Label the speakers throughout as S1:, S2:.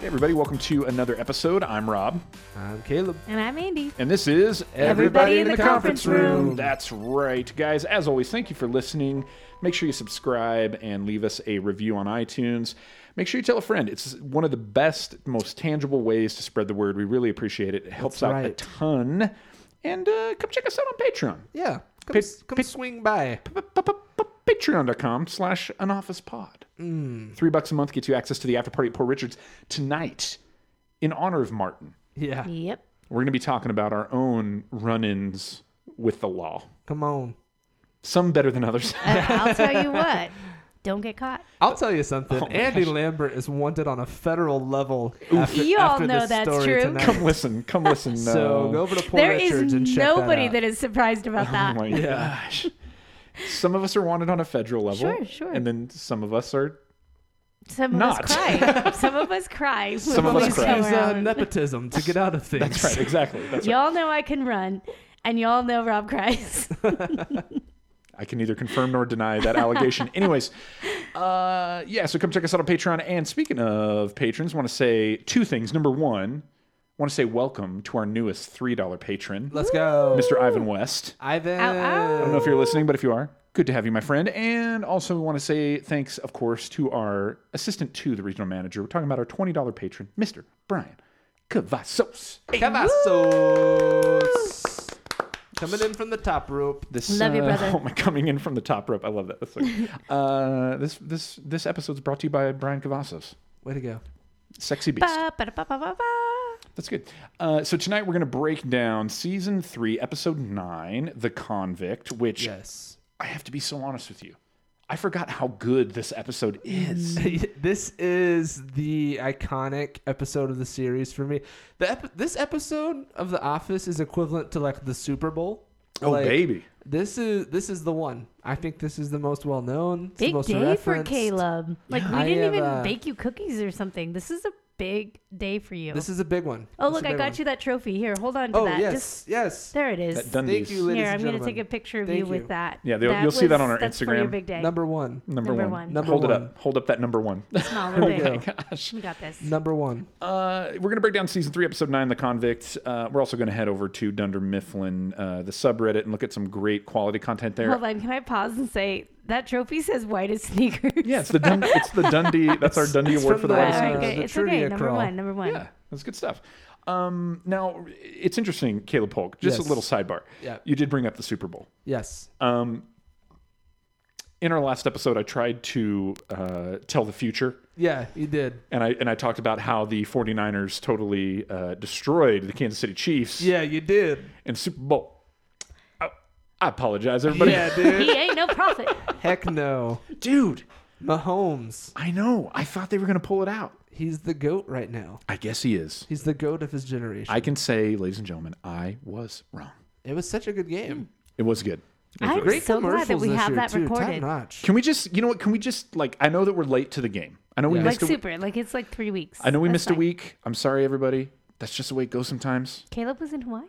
S1: Hey, everybody, welcome to another episode. I'm Rob,
S2: I'm Caleb.
S3: And I'm Andy.
S1: and this is
S3: Everybody in the conference room.
S1: That's right, guys. As always, thank you for listening. Make sure you subscribe and leave us a review on iTunes. Make sure you tell a friend. It's one of the best, most tangible ways to spread the word. We really appreciate it. It helps
S2: That's
S1: out a
S2: right.
S1: ton. And uh, come check us out on Patreon.
S2: Yeah, come,
S1: Pip-
S2: s- come swing by.
S1: patreon.com slash an office pod
S3: Hmm.
S1: three bucks a month gets you access to the after party at poor richards tonight in honor of martin
S2: Yeah,
S3: Yep.
S1: we're going to be talking about our own run-ins with the law
S2: come on.
S1: some better than others
S3: And I'll tell you what. Don't get caught.
S2: I'll tell you something.
S1: Oh my
S2: Andy
S1: gosh.
S2: Lambert is wanted on a federal level. After,
S3: You all
S2: after
S3: know
S2: this
S3: that's
S2: story
S3: true.
S2: Tonight.
S1: come listen come listen
S2: So
S1: uh,
S2: go over to Poor
S3: There is
S2: Richards and check
S3: nobody
S2: that, out.
S3: that is surprised about
S1: oh
S3: that.
S1: my gosh some of us are wanted on a federal level
S3: Sure, sure.
S1: and then some of us are
S3: Some of
S1: Not.
S3: us cry. Some of us cry. when
S1: Some of us
S3: police
S1: cry.
S3: come
S2: Use, uh,
S3: around.
S2: nepotism to get out of things.
S1: that's right exactly that's right
S3: Y'all know I can run, and y'all know Rob cries.
S1: I can neither confirm nor deny that allegation. Anyways, uh, yeah, so come check us out on Patreon. And speaking of patrons, want to say two things. Number one, want to say welcome to our newest $3 patron,
S2: Let's go,
S1: Mr. Ivan West.
S2: Ivan.
S3: Ow, ow.
S1: I don't know if you're listening, but if you are, good to have you, my friend. And also, we want to say thanks, of course, to our assistant to the regional manager. We're talking about our $20 patron, Mr. Brian Cavazos.
S2: Cavazos. Coming in from the top rope.
S1: This,
S3: Love you,
S1: uh,
S3: brother.
S1: Oh my, coming in from the top rope. I love that. That's so good. uh, this this this episode's brought to you by Brian Cavazos,
S2: Way to go.
S1: sexy beast.
S3: Ba, ba, da, ba, ba, ba, ba.
S1: That's good. Uh, so tonight we're going to break down season three, episode nine, "The Convict," which
S2: Yes.
S1: I have to be so honest with you, I forgot how good this episode
S3: Mm.
S1: is.
S2: this is the iconic episode of the series for me. The ep- this episode of The Office is equivalent to like the Super Bowl.
S1: Oh
S2: Like,
S1: baby,
S2: This is this is the one. I think this is the most well known. it's the
S3: Big
S2: most
S3: day for
S2: referenced.
S3: Caleb. Like we
S2: I
S3: didn't
S2: have,
S3: even
S2: uh,
S3: bake you cookies or something. This is a big day for you.
S2: This is a big one.
S3: oh
S2: This is
S3: look,
S2: a
S3: I
S2: big
S3: got
S2: one.
S3: you that trophy. Here, hold on to
S2: Oh
S3: that.
S2: yes,
S3: Just
S2: yes.
S3: there it is.
S1: that Dundies.
S2: Thank you, ladies
S3: Here, I'm
S2: and
S3: going
S2: gentlemen.
S3: to take a picture of
S2: Thank
S3: you,
S2: you.
S3: with that.
S1: Yeah, they'll- you'll see that on our
S3: that's For your
S1: Instagram.
S3: big day.
S2: Number one.
S1: number,
S3: Number
S1: one.
S3: one.
S2: Number
S1: Hold it
S2: one.
S1: up. Hold up that number one.
S3: Small
S2: Oh,
S3: or big.
S2: yeah.
S1: Gosh.
S3: We got this.
S2: Number one.
S1: Uh, we're going to break down season three, episode nine, The Convict. Uh, we're also going to head over to Dunder Mifflin, uh, the subreddit, and look at some great quality content there.
S3: Hold on, can I pause and say that trophy says white as sneakers?
S1: Yeah, it's the Dun- it's the Dundee. That's our Dundee
S2: it's
S1: award
S2: from
S1: for the
S2: the-
S1: White
S2: Wow.
S1: Sox.
S2: uh,
S3: okay,
S2: the
S3: it's okay.
S2: trivia
S3: Number
S2: crawl.
S3: one, number one.
S1: Yeah, that's good stuff. Um, now it's interesting, Caleb Polk. Just
S2: Yes.
S1: a little sidebar.
S2: Yeah.
S1: you did bring up the Super Bowl.
S2: Yes.
S1: Um, in our last episode, I tried to uh, tell the future,
S2: Yeah, you did.
S1: and I and I talked about how the 49ers totally uh, destroyed the Kansas City Chiefs
S2: Yeah, you did.
S1: in Super Bowl. I, I apologize, everybody.
S2: yeah, dude.
S3: He ain't no prophet.
S2: Heck no.
S1: Dude,
S2: Mahomes.
S1: I know. I thought they were going to pull it out.
S2: He's the goat right now.
S1: I guess he is.
S2: He's the goat of his generation.
S1: I can say, ladies and gentlemen, I was wrong.
S2: it was such a good game.
S1: It was good. It was
S3: I'm
S1: really
S2: Great
S3: so glad
S2: commercials
S3: that we
S2: this
S3: have
S2: year
S3: that
S2: too. Top
S3: recorded.
S2: notch.
S1: Can we just, you know what? Can we just like? I know that we're late to the game. I know we
S2: Yeah.
S3: Like
S1: missed. a,
S3: super. Like it's like three weeks.
S1: I know we
S3: That's
S1: missed
S3: fine.
S1: a week. I'm sorry, everybody. That's just the way it goes sometimes.
S3: Caleb was in Hawaii.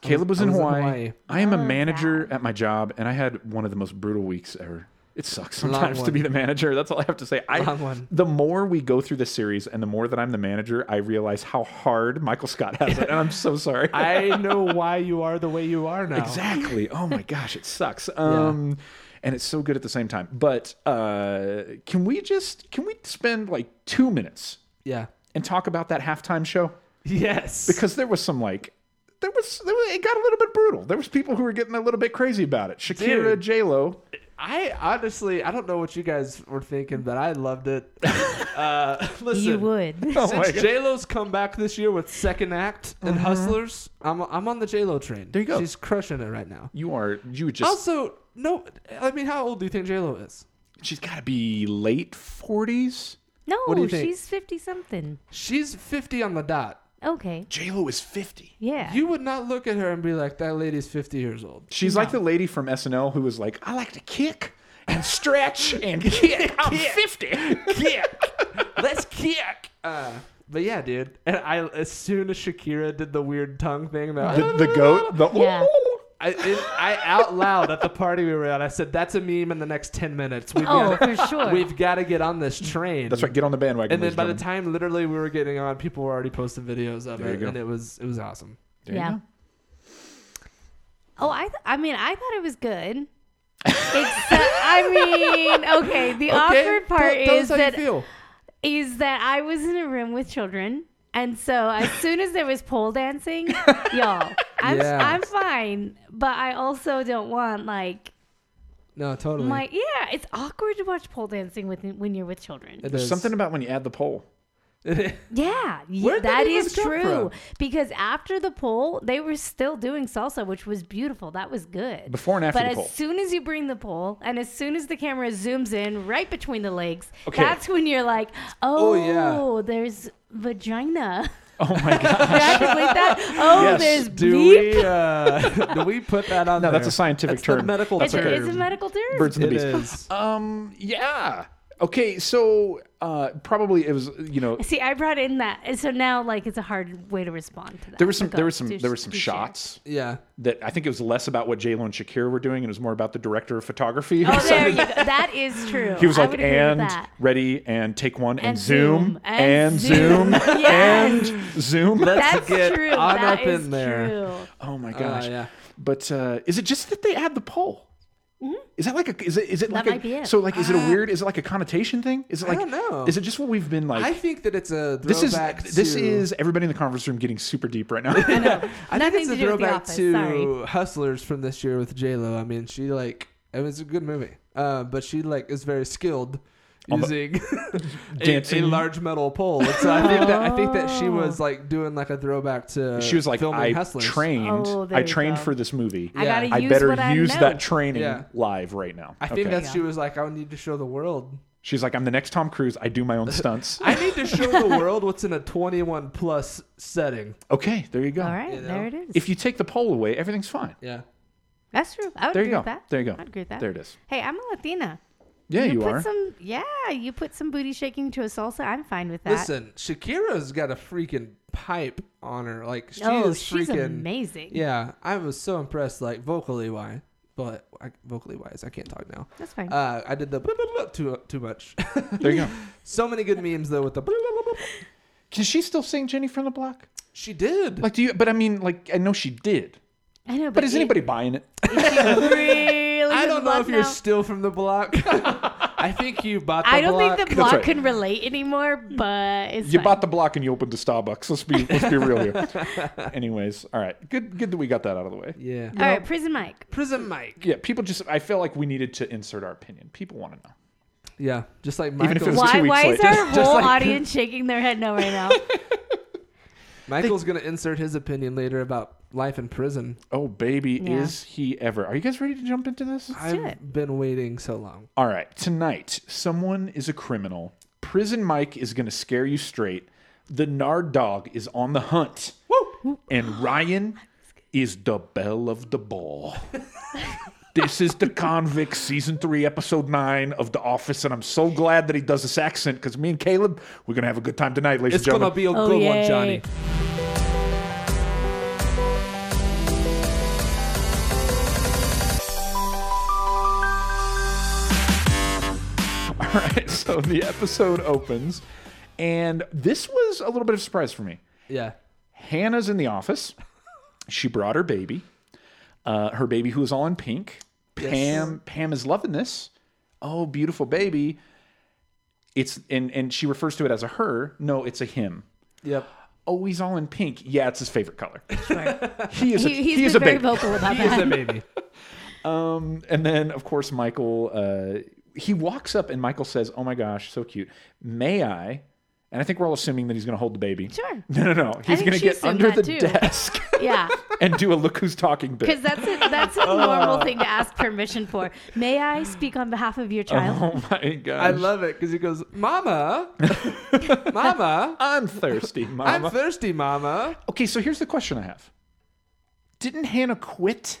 S1: Caleb was,
S2: I
S1: in,
S2: was in
S1: Hawaii.
S2: Hawaii.
S1: I am a
S3: Oh,
S1: manager at my job, and I had one of the most brutal weeks ever. It sucks
S2: Long
S1: sometimes to
S2: one.
S1: be the manager. That's all I have to say. I,
S2: Long one.
S1: The more we go through this series, and the more that I'm the manager, I realize how hard Michael Scott has it, and I'm so sorry.
S2: I know why you are the way you are now.
S1: Exactly. Oh my gosh, it sucks. Um and it's so good at the same time. But uh can we just can we spend like 2 minutes
S2: Yeah.
S1: and talk about that halftime show
S2: Yes.
S1: because there was some like there was, there was it got a little bit brutal. There was people who were getting a little bit crazy about it. Shakira,
S2: Dude.
S1: J Lo.
S2: I honestly, I don't know what you guys were thinking, but I loved it. uh, listen,
S3: You would.
S1: Oh my
S2: since
S1: God.
S2: J Lo's come back this year with Second Act and
S3: Uh-huh.
S2: Hustlers, I'm I'm on the J Lo train.
S1: There you go.
S2: She's crushing it right now.
S1: You are you just
S2: Also, no, I mean, how old do you think J Lo is?
S1: she's got to be late forties.
S3: No,
S2: What do you think?
S3: she's fifty something.
S2: Uh, I, it, I out loud at the party we were at, I said, "That's a meme." In the next ten minutes, we've
S3: Oh,
S2: got
S3: for sure.
S2: we've got to get on this train.
S1: That's right. Get on the bandwagon.
S2: And then
S1: ladies
S2: by the
S1: gentlemen.
S2: time literally we were getting on, people were already posting videos of
S1: There you
S2: it,
S1: go.
S2: and it was it was awesome.
S1: There you
S3: Yeah.
S1: go.
S3: Oh, I th- I mean, I thought it was good. Except, I mean, okay. The awkward part
S2: tell, tell
S3: is
S2: us how
S3: that
S2: you feel.
S3: is that I was in a room with children, and so as soon as there was pole dancing, y'all, I'm
S2: Yeah.
S3: I'm fine, but I also don't want like
S2: No, totally.
S3: my yeah. It's awkward to watch pole dancing with when you're with children.
S2: It
S1: There's
S2: is.
S1: something about when you add the poll.
S3: Yeah, ye-
S2: Where did
S3: that
S2: they even
S3: is
S2: come
S3: true.
S2: from?
S3: Because after the poll, they were still doing salsa, which was beautiful. That was good.
S1: Before and after
S3: but
S1: the
S3: as
S1: poll.
S3: soon as you bring the poll, and as soon as the camera zooms in right between the legs,
S1: Okay.
S3: that's when you're like, oh,
S2: yeah.
S3: there's vagina.
S1: Oh my god.
S3: Did I complete that? Oh,
S1: Yes.
S3: there's
S2: do
S3: beep.
S2: we uh, do we put that on?
S1: No,
S2: there?
S1: that's a scientific
S2: That's
S1: term.
S2: Not a medical
S3: It's,
S2: term.
S3: a, it's a medical term.
S1: Birds and the
S2: It
S1: bees.
S2: is. Uh,
S1: Um. Yeah. Okay. So uh, probably it was you know
S3: See, I brought in that, so now like it's a hard way to respond to that. oh,
S1: there was some
S3: Go,
S1: there was some
S3: do-
S1: there were some
S3: do share.
S1: shots
S2: Yeah.
S1: that I think it was less about what J Lo and Shakira were doing and it was more about the director of photography.
S3: Oh, there you
S1: decided-
S3: go. That is true.
S1: He was
S3: I
S1: like,
S3: would agree with
S1: and
S3: that.
S1: ready, and take one, and,
S3: And
S1: zoom,
S3: zoom,
S1: and
S3: and
S1: zoom,
S3: zoom.
S1: and
S3: Yes.
S1: zoom.
S3: That's
S2: get
S3: true.
S2: on
S3: That
S2: up
S3: is
S2: in there.
S3: true.
S1: Oh my gosh!
S2: Gosh. uh, yeah.
S1: But uh, is it just that they add the poll? Is that like a? Is it? Is it like a?
S3: Mm-hmm. might be it.
S1: So like, is it a weird? Is it like a connotation thing? Is it like?
S2: Uh, don't know.
S1: Is it just what we've been like?
S2: I think that it's a
S1: this is
S2: throwback.
S1: this
S2: to-
S1: is everybody in the conference room getting super deep right now.
S3: I know.
S2: I think it's
S3: Nothing to
S2: a
S3: do with the
S2: throwback
S3: office.
S2: to
S3: Sorry.
S2: Hustlers from this year with J Lo. I mean, she like it was a good movie, uh, but she like is very skilled
S1: On the-
S2: using a, a
S1: Um, uh, Dancing.
S2: large metal pole. And so I think that I think that she was like doing like a throwback to
S1: she was like,
S2: filming
S1: I
S2: Hustlers.
S1: trained.
S3: Oh, there
S1: I
S3: you
S1: trained
S3: go.
S1: for this movie.
S3: I
S2: Yeah.
S3: gotta
S1: I
S3: use
S1: better
S3: what I
S1: use
S3: know.
S1: that training
S2: Yeah.
S1: live right now.
S2: I think
S1: Okay.
S2: that she was like, I need to show the world.
S1: she's like, I'm the next Tom Cruise. I do my own stunts.
S2: I need to show the world what's in a 21 plus setting.
S1: okay, there you go.
S3: All right,
S2: You know?
S3: there it is.
S1: If you take the poll away, everything's fine.
S2: Yeah.
S3: That's true. I would
S1: There you
S3: agree
S1: go.
S3: with that.
S1: There you go.
S3: I'd agree with that.
S1: There it is.
S3: Hey, I'm a Latina.
S1: Yeah, you,
S3: put
S1: are.
S3: Some, yeah, you put some booty shaking to a salsa. I'm fine with that.
S2: Listen, Shakira's got a freaking pipe on her. Like she
S3: oh,
S2: is
S3: she's
S2: freaking
S3: amazing.
S2: Yeah, I was so impressed, like vocally wise, but I, vocally wise, I can't talk now.
S3: That's fine.
S2: Uh, I did the blah, blah, blah too too much.
S1: There you go.
S2: so many good memes though with the. Blah, blah, blah, blah.
S1: Can she still sing Jenny from the Block?
S2: She did.
S1: Like, do you? But I mean, like, I know she did.
S3: I know, but,
S1: But is
S3: it-
S1: anybody buying it?
S3: if you really
S2: I don't
S3: would
S2: know
S3: love
S2: if you're
S3: now-
S2: still from the block. I think you bought. The
S3: I don't
S2: block.
S3: think
S1: That's
S3: the block
S1: right.
S3: can relate anymore, but it's
S1: You
S3: fine.
S1: bought the block and you opened the Starbucks. Let's be let's be real here. Anyways, all right. Good good that we got that out of the way.
S2: Yeah.
S3: All right, prison Mike.
S2: Prison Mike.
S1: Yeah, people just I feel like we needed to insert our opinion. People want to know.
S2: Yeah, just like
S1: Even if it
S2: Michael.
S1: was two
S3: Why?
S1: weeks
S3: Why is
S1: late.
S3: our
S2: Just- just
S3: whole
S2: like-
S3: audience shaking their head no right now?
S2: Michael's gonna insert his opinion later about life in prison.
S1: Oh baby,
S3: Yeah.
S1: is he ever? Are you guys ready to jump into this?
S2: I've
S3: do
S2: been waiting so long.
S1: All right, tonight someone is a criminal. Prison Mike is going to scare you straight. The Nard Dog is on the hunt. Woo! And Ryan is the belle of the ball. this is the convict season 3 episode 9 of the office and I'm so glad that he does this accent cuz me and Caleb we're going to have a good time tonight ladies
S2: It's
S1: and gentlemen.
S2: gonna be a
S3: Oh,
S2: good one,
S3: yay.
S2: Johnny.
S1: All right, so the episode opens and this was a little bit of a surprise for me.
S2: Yeah.
S1: Hannah's in the office. She brought her baby, uh, her baby who is all in pink. Pam Pam is loving this. Oh, beautiful baby. It's and and she refers to it as a her. No, it's a him.
S2: Yep.
S1: Oh, he's all in pink. Yeah, it's his favorite color.
S3: Sure.
S1: He is a,
S3: He,
S1: he,
S3: he's
S1: is a
S3: been very
S1: baby.
S3: vocal about
S2: He is
S3: that.
S2: a baby.
S1: Um, and then of course Michael uh, he walks up and Michael says, "Oh my gosh, so cute. May I?" And I think we're all assuming that he's going to hold the baby.
S3: Sure.
S1: No, no, no. He's
S3: think
S1: going to
S3: she
S1: get
S3: assumed
S1: under the
S3: that too.
S1: desk
S3: Yeah,
S1: and do a look who's talking bit.
S3: because that's a, that's a normal
S1: Uh.
S3: thing to ask permission for. May I speak on behalf of your child?
S1: Oh my god!
S2: I love it because he goes, Mama, Mama,
S1: I'm thirsty,
S2: I'm
S1: Mama.
S2: thirsty, Mama.
S1: okay, so here's the question I have: Didn't Hannah quit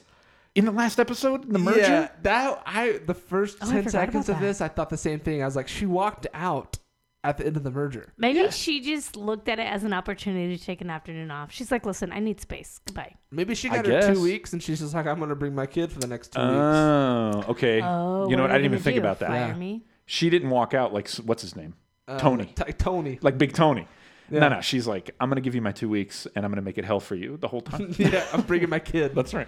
S1: in the last episode? In the merger?
S2: Yeah, that I the first
S3: Oh, I
S2: ten
S3: forgot
S2: seconds
S3: about
S2: of
S3: that.
S2: this, I thought the same thing. I was like, she walked out. at the end of the merger.
S3: Maybe she just looked at it as an opportunity to take an afternoon off. She's like, listen, I need space. Goodbye.
S2: Maybe she
S1: I
S2: got her
S1: guess.
S2: two weeks and she's just like, I'm gonna bring my kid for the next two weeks.
S1: Oh, okay.
S3: Oh,
S1: you know
S3: are
S1: what? I
S3: they
S1: didn't even
S3: gonna
S1: think
S3: do?
S1: about that.
S3: Fire
S2: Yeah.
S3: me?
S1: She didn't walk out like s- what's his name,
S2: Uh,
S1: Tony.
S2: T- Tony.
S1: like Big Tony.
S2: Yeah.
S1: No, no. She's like, I'm gonna give you my two weeks, and I'm gonna make it hell for you the whole time.
S2: yeah, I'm bringing my kid.
S1: That's right.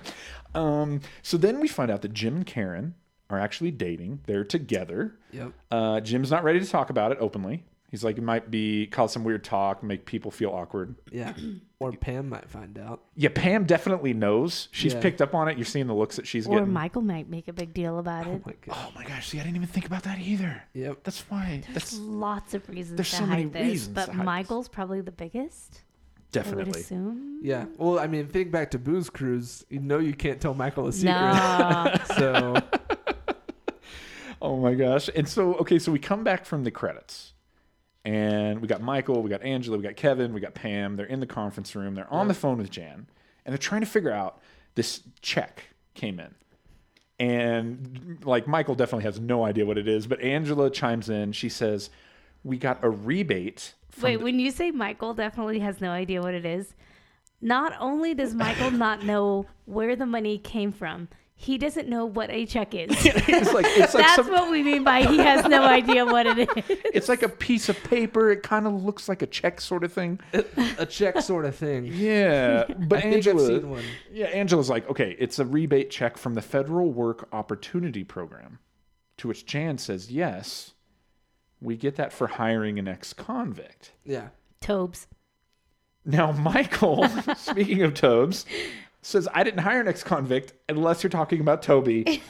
S1: Um, so then we find out that Jim and Karen are actually dating. They're together.
S2: Yep.
S1: Uh, Jim's not ready to talk about it openly. He's like, it might be cause some weird talk, make people feel awkward.
S2: Yeah. Or Pam might find out.
S1: Yeah, Pam definitely knows. She's
S2: Yeah.
S1: picked up on it. You're seeing the looks that she's
S3: Or
S1: getting.
S3: Michael might make a big deal about
S2: Oh
S3: it.
S2: my god.
S1: oh my gosh! See, I didn't even think about that either.
S2: Yep.
S1: That's why.
S3: There's
S1: That's
S3: lots of reasons
S1: there's
S3: to
S1: so many
S3: hide this,
S1: reasons to
S3: but
S1: hide this.
S3: Michael's probably the biggest. I would
S1: definitely.
S3: assume.
S2: Yeah. Well, I mean, think back to Booze Cruise. You know, you can't tell Michael a secret.
S3: No.
S2: So
S1: Oh my gosh. And so, okay, so we come back from the credits. And we got Michael, we got Angela, we got Kevin, we got Pam. They're in the conference room. They're on the phone with Jan. And they're trying to figure out this check came in. And like Michael definitely has no idea what it is, but Angela chimes in. She says, "We got a rebate." From
S3: Wait, when you say Michael definitely has no idea what it is, not only does Michael not know where the money came from, he doesn't know what a check is.
S1: it's like it's like
S3: That's
S1: some,
S3: what we mean by he has no idea what it is.
S1: it's like a piece of paper. It kind of looks like a check, sort of thing.
S2: a check sort of thing.
S1: Yeah, but
S2: I think I've
S1: Angela,
S2: seen one.
S1: yeah, Angela's like, okay, it's a rebate check from the Federal Work Opportunity Program, to which Jan says, yes, we get that for hiring an ex-convict.
S2: Yeah.
S3: Tobes.
S1: Now, Michael, speaking of Tobes, says, I didn't hire an ex-convict unless you're talking about Toby,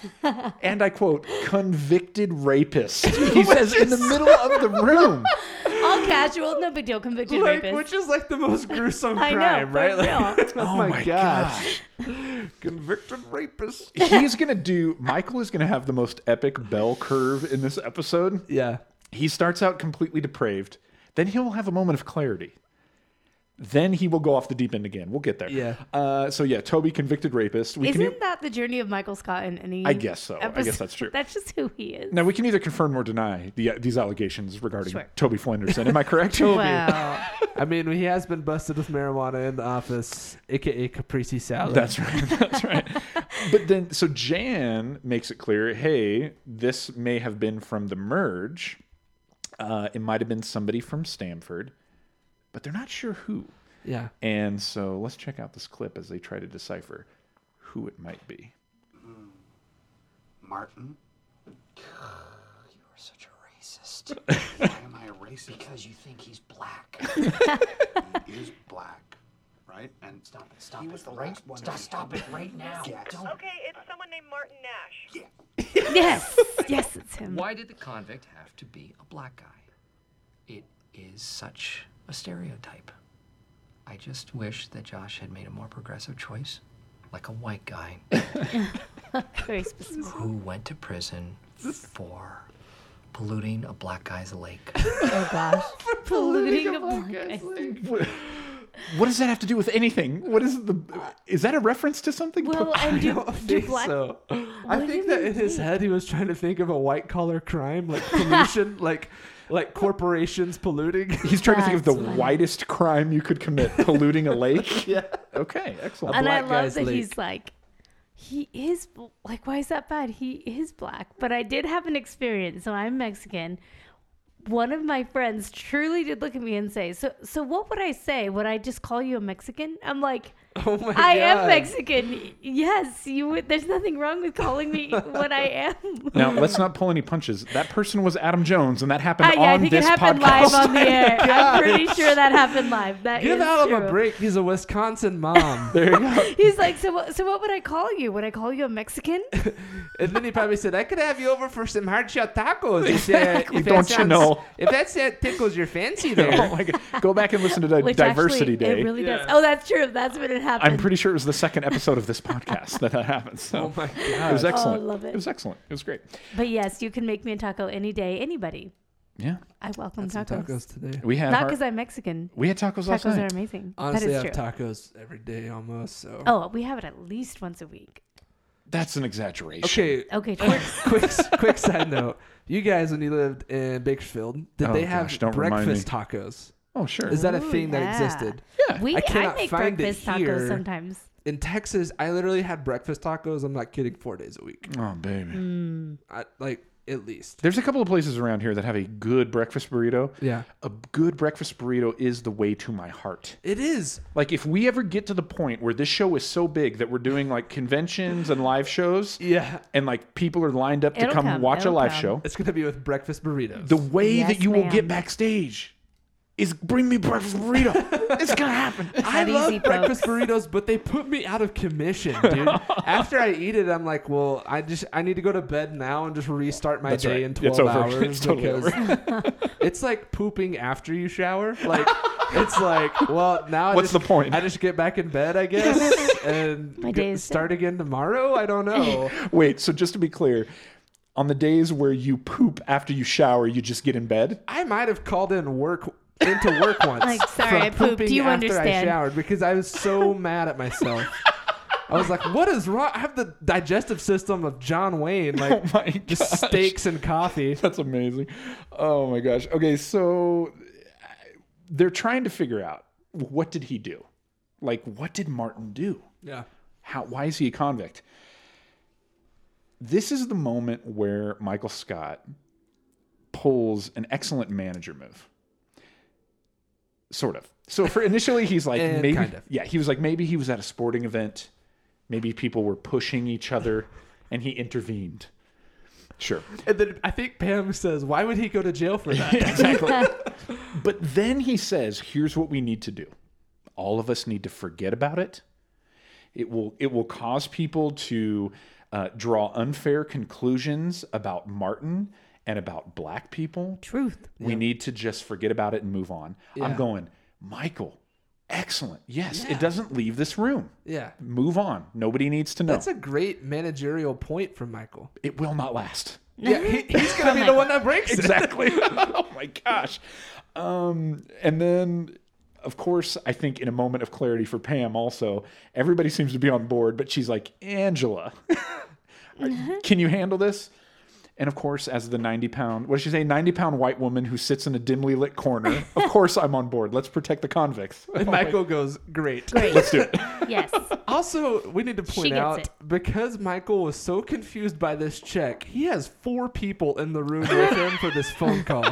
S1: and I quote, convicted rapist. He says in the middle of the room.
S3: All casual, no big deal. Convicted
S2: Like,
S3: rapist.
S2: which is like the most gruesome
S3: I
S2: crime,
S3: know, for
S2: right? Like,
S3: real.
S2: oh, my, gosh. Convicted rapist.
S1: He's gonna do. Michael is gonna have the most epic bell curve in this episode.
S2: Yeah.
S1: He starts out completely depraved. Then he'll have a moment of clarity. Then he will go off the deep end again. We'll get there.
S2: Yeah.
S1: Uh, so yeah, Toby convicted rapist. We
S3: Isn't
S1: can. e-
S3: that the journey of Michael Scott in any?
S1: I guess so. I guess
S3: episode?
S1: that's true.
S3: That's just who he is.
S1: Now we can either confirm nor deny the, these allegations regarding
S3: Sure.
S1: Toby Flenderson. Am I correct?
S3: Wow.
S2: I mean, he has been busted with marijuana in the office, aka Caprese salad.
S1: That's right. That's right. but then, so Jan makes it clear hey, this may have been from the merge. Uh, it might have been somebody from Stanford, but they're not sure who.
S2: yeah.
S1: And so let's check out this clip as they try to decipher who it might be.
S4: Martin? You are such a racist. Why am I a racist? Because you think he's black.
S5: He is black, right? And
S4: Stop it, stop
S5: He
S4: it.
S5: was the
S4: right,
S5: last one
S4: Stop,
S5: we
S4: stop it right now.
S5: Yes.
S4: Don't.
S6: Okay, it's someone named Martin Nash.
S3: yes. Yes, it's him.
S4: Why did the convict have to be a black guy? It is such a stereotype. I just wish that Josh had made a more progressive choice, like a white guy
S3: Very specific.
S4: who went to prison for polluting a black guy's lake.
S3: Oh gosh. Polluting a black guy.
S1: What what does that have to do with anything? What is the? Is that a reference to something?
S3: Well, and
S2: I
S3: do,
S2: don't
S3: do
S2: think
S3: black
S2: so. I
S3: do
S2: think
S3: you
S2: that
S3: mean
S2: in his
S3: they-
S2: head he was trying to think of a white collar crime, like pollution, like like corporations polluting.
S1: He's trying to think of the
S3: That's funny.
S1: whitest crime you could commit: polluting a lake.
S2: yeah.
S1: Okay, excellent.
S3: and I
S2: black
S3: love
S2: guy's
S3: that
S2: lake.
S3: he's like, he is bl- like, why is that bad? He is black, but I did have an experience. So I'm Mexican. One of my friends truly did look at me and say, "So, so what would I say? Would I just call you a Mexican?" I'm like,
S2: Oh my
S3: "I am
S2: God.
S3: Mexican. Yes, you would. There's nothing wrong with calling me what I am."
S1: Now let's not pull any punches. That person was Adam Jones, and that happened
S3: I, Uh, yeah, I
S1: on
S3: think it
S1: this
S3: happened
S1: podcast.
S3: live on the air. I'm pretty sure that happened live. That
S2: Give
S3: is
S2: Adam
S3: true.
S2: a break. He's a Wisconsin mom.
S1: there you go.
S3: He's like, so what? So what would I call you? Would I call you a Mexican?
S2: and then he probably said, "I could have you over for some hard shell tacos." If, that-
S1: Exactly,
S2: if
S1: don't
S2: that
S1: you
S2: sounds-
S1: know?
S2: If that sound tickles your fancy
S1: Oh
S2: there.
S1: my God. Go back and listen to the
S3: Which
S1: Diversity
S3: actually,
S1: Day.
S3: It really does.
S2: Yeah.
S3: Oh, that's true. That's when it happened.
S1: I'm pretty sure it was the second episode of this podcast that that happened. So
S2: Oh my
S1: it was
S2: god.
S1: excellent.
S3: Oh, love it.
S1: was excellent. It was great.
S3: but yes, you can make me a taco any day, anybody.
S1: Yeah,
S3: I welcome
S2: Some
S3: tacos.
S2: tacos today.
S1: we had
S3: Not
S1: har-
S3: because I'm Mexican.
S1: we had tacos last
S3: Tacos
S1: night.
S3: are amazing.
S2: Honestly, I
S3: that
S2: have
S3: is true.
S2: tacos every day almost. So.
S3: Oh, we have it at least once a week.
S1: That's an exaggeration.
S2: Okay.
S3: Okay, twerks.
S2: quick quick side note You guys, when you lived in Bakersfield, did
S1: Oh,
S2: they have
S1: gosh, don't remind
S2: breakfast tacos?
S1: Oh, sure.
S2: Is that a
S3: Ooh,
S2: thing
S3: yeah.
S2: that existed?
S1: Yeah.
S3: We
S2: I
S3: I,
S2: cannot
S3: make
S2: find it
S3: breakfast
S2: here.
S3: tacos sometimes.
S2: In Texas, I literally had breakfast tacos. I'm not kidding. Four days a week,
S1: oh, baby.
S2: Mm. I, like at least.
S1: There's a couple of places around here that have a good breakfast burrito.
S2: Yeah.
S1: A good breakfast burrito is the way to my heart.
S2: It is.
S1: Like, if we ever get to the point where this show is so big that we're doing like conventions and live shows,
S2: Yeah,
S1: and like people are lined up to
S3: It'll
S1: come,
S3: come,
S1: watch a
S3: it'll
S1: live
S3: come.
S1: show,
S2: it's gonna be with breakfast burritos.
S1: the way
S3: Yes,
S1: that you will get
S3: ma'am.
S1: backstage is bring me breakfast burrito. it's gonna happen.
S2: I
S3: Not
S2: love
S3: easy,
S2: breakfast burritos, but they put me out of commission, dude. After I eat it, I'm like, well, I just I need to go to bed now and just restart my
S1: That's
S2: day
S1: right.
S2: in
S1: It's
S2: 12
S1: over.
S2: hours.
S1: It's totally over.
S2: because it's like pooping after you shower. Like it's like, well, now I
S1: What's
S2: just-
S1: the point?
S2: I just get back in bed, I guess, and
S3: My
S2: get-
S3: day is set.
S2: start again tomorrow. I don't know.
S1: Wait, so just to be clear, on the days where you poop after you shower, you just get in bed?
S2: I might have called in work into work once.
S3: Like, sorry,
S2: from
S3: I pooped.
S2: pooping
S3: You
S2: after I
S3: understand.
S2: showered because I was so mad at myself. I was like, "What is wrong? I have the digestive system of John Wayne, like
S1: Oh my
S2: just
S1: gosh.
S2: steaks and coffee."
S1: That's amazing. Oh my gosh. Okay, so uh, they're trying to figure out what did he do? Like what did Martin do?
S2: Yeah,
S1: How why is he a convict? This is the moment where Michael Scott pulls an excellent manager move. Sort of. So for initially he's like
S2: And
S1: maybe
S2: Eh, kind of.
S1: yeah, he was like maybe he was at a sporting event, maybe people were pushing each other and he intervened. Sure.
S2: and then I think Pam says, "Why would he go to jail for that?"
S1: exactly. but then he says, "Here's what we need to do. All of us need to forget about it. It will it will cause people to uh, draw unfair conclusions about Martin and about black people.
S3: Truth.
S1: We need to just forget about it and move on." I'm
S2: Yeah.
S1: going, Michael. Excellent. Yes, it doesn't leave this room.
S2: yeah,
S1: Move on. Nobody needs to know.
S2: that's a great managerial point from Michael.
S1: it will not last.
S2: Yeah, he, he's gonna
S3: Oh
S2: be the one that breaks it.
S1: exactly. oh my gosh. Um, and then, of course, I think in a moment of clarity for Pam, also, everybody seems to be on board, but she's like, Angela, are- can you handle this? And of course, as the 90 pound, what did she say? 90 pound white woman who sits in a dimly lit corner. Of course, I'm on board. Let's protect the convicts.
S2: And Michael goes, "Great."
S1: Let's do it.
S3: Yes.
S2: Also, we need to point
S3: gets
S2: out
S3: it.
S2: because Michael was so confused by this check, he has four people in the room with him for this phone call.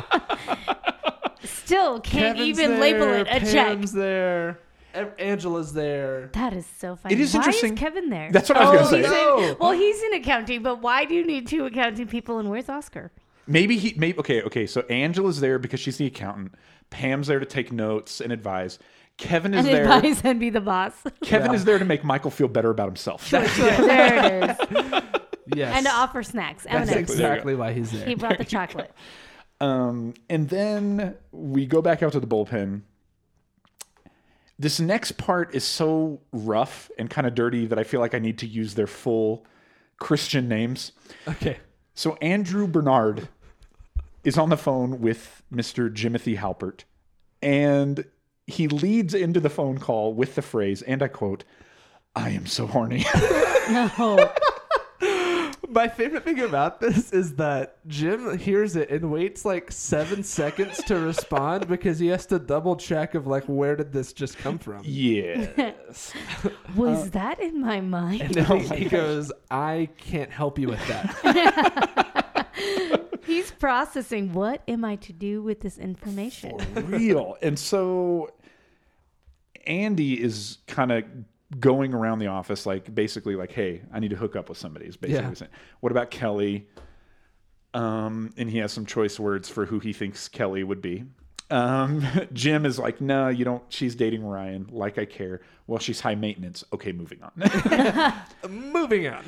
S3: Still can't
S2: Kevin's
S3: even
S2: there,
S3: label it a check.
S2: Pam's there. Ev- Angela's there.
S3: That is so funny.
S1: It is
S3: why
S1: interesting-
S3: Is Kevin there.
S1: That's what I was
S3: Oh,
S1: gonna say.
S3: he's
S2: No.
S3: in- well, he's in accounting, but why do you need two accounting people? And where's Oscar?
S1: Maybe he, maybe, okay, okay. So Angela's there because she's the accountant. Pam's there to take notes and advise. Kevin is
S3: And
S1: there.
S3: advise and be the boss.
S1: Kevin is there to make Michael feel better about himself.
S3: there it is.
S2: Yes.
S3: And to offer snacks. M&Ms.
S2: That's exactly why he's
S3: He
S2: there.
S3: brought the chocolate.
S1: Um, and then we go back out to the bullpen. This next part is so rough and kind of dirty that I feel like I need to use their full Christian names.
S2: Okay.
S1: So Andrew Bernard is on the phone with Mr. Jimothy Halpert, and he leads into the phone call with the phrase, and I quote, I am so horny.
S3: No.
S2: My favorite thing about this is that Jim hears it and waits like seven seconds to respond because he has to double check of like where did this just come from.
S1: yeah. Uh,
S3: Was that in my mind?
S2: And he, he goes, I can't help you with that.
S3: He's processing. What am I to do with this information?
S1: real. And so Andy is kind of going around the office, like basically like, hey, I need to hook up with somebody. Is basically
S2: Yeah.
S1: what saying. What about Kelly? Um, and he has some choice words for who he thinks Kelly would be. Um, Jim is like, no, you don't. She's dating Ryan. Like I care. Well, she's high maintenance. Okay, moving on.
S2: Moving on.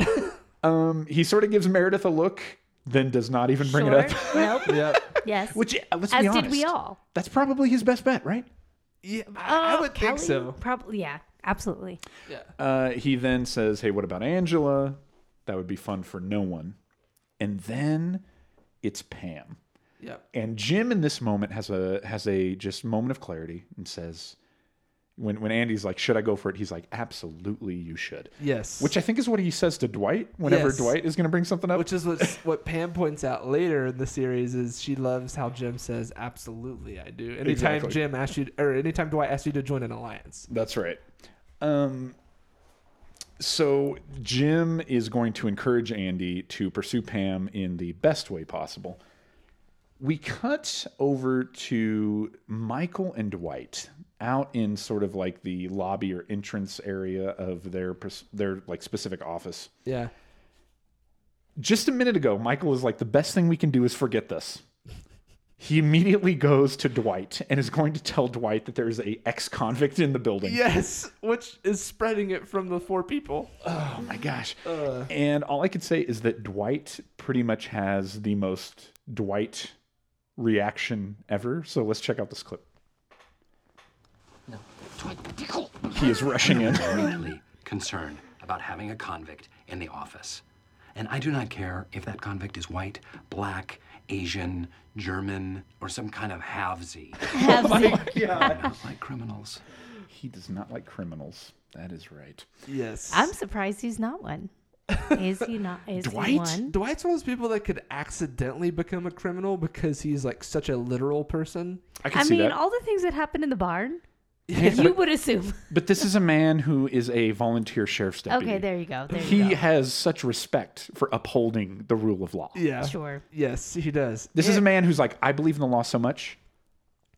S1: um, he sort of gives Meredith a look, then does not even bring it up.
S3: Sure. Nope.
S2: yep.
S3: Yes.
S1: Which, uh, let's be
S3: As
S1: honest,
S3: did we all.
S1: That's probably his best bet, right?
S2: Yeah,
S1: Oh,
S2: I, I would think so.
S3: Probably. Oh, Yeah. Absolutely.
S1: Uh, he then says, "Hey, what about Angela? That would be fun for no one." And then it's Pam.
S2: Yep.
S1: And Jim in this moment has a has a just moment of clarity and says, When when Andy's like, "Should I go for it?" He's like, "Absolutely, you should."
S2: Yes.
S1: Which I think is what he says to Dwight whenever
S2: Yes.
S1: Dwight is going to bring something up.
S2: Which is what what Pam points out later in the series is she loves how Jim says absolutely I do. Anytime
S1: Exactly.
S2: Jim asks you or anytime Dwight asks you to join an alliance.
S1: That's right. Um, so Jim is going to encourage Andy to pursue Pam in the best way possible. We cut over to Michael and Dwight out in sort of like the lobby or entrance area of their pers- their like specific office.
S2: Yeah.
S1: Just a minute ago, Michael is like the best thing we can do is forget this. He immediately goes to Dwight and is going to tell Dwight that there is a ex-convict in the building.
S2: Yes, which is spreading it from the four people.
S1: Oh my gosh. and all I could say is that Dwight pretty much has the most Dwight reaction ever. So let's check out this clip.
S4: No. Dwight, Pickle!
S1: He is rushing in.
S4: Really concerned about having a convict in the office. And I do not care if that convict is white, black, Asian, German, or some kind of halvesy. I don't like criminals.
S1: he does not like criminals. That is right.
S2: Yes.
S3: I'm surprised he's not one. Is he not? Is
S1: Dwight?
S3: he one?
S2: Dwight's one of those people that could accidentally become a criminal because he's like such a literal person.
S1: I can
S3: I
S1: see
S3: mean,
S1: that.
S3: all the things that happened in the barn,
S2: Yeah.
S3: you would assume.
S1: but this is a man who is a volunteer sheriff's deputy.
S3: Okay, there you go. There you
S1: He
S3: go.
S1: has such respect for upholding the rule of law.
S2: Yeah.
S3: Sure.
S2: Yes, he does.
S1: This is a man who's like, I believe in the law so much,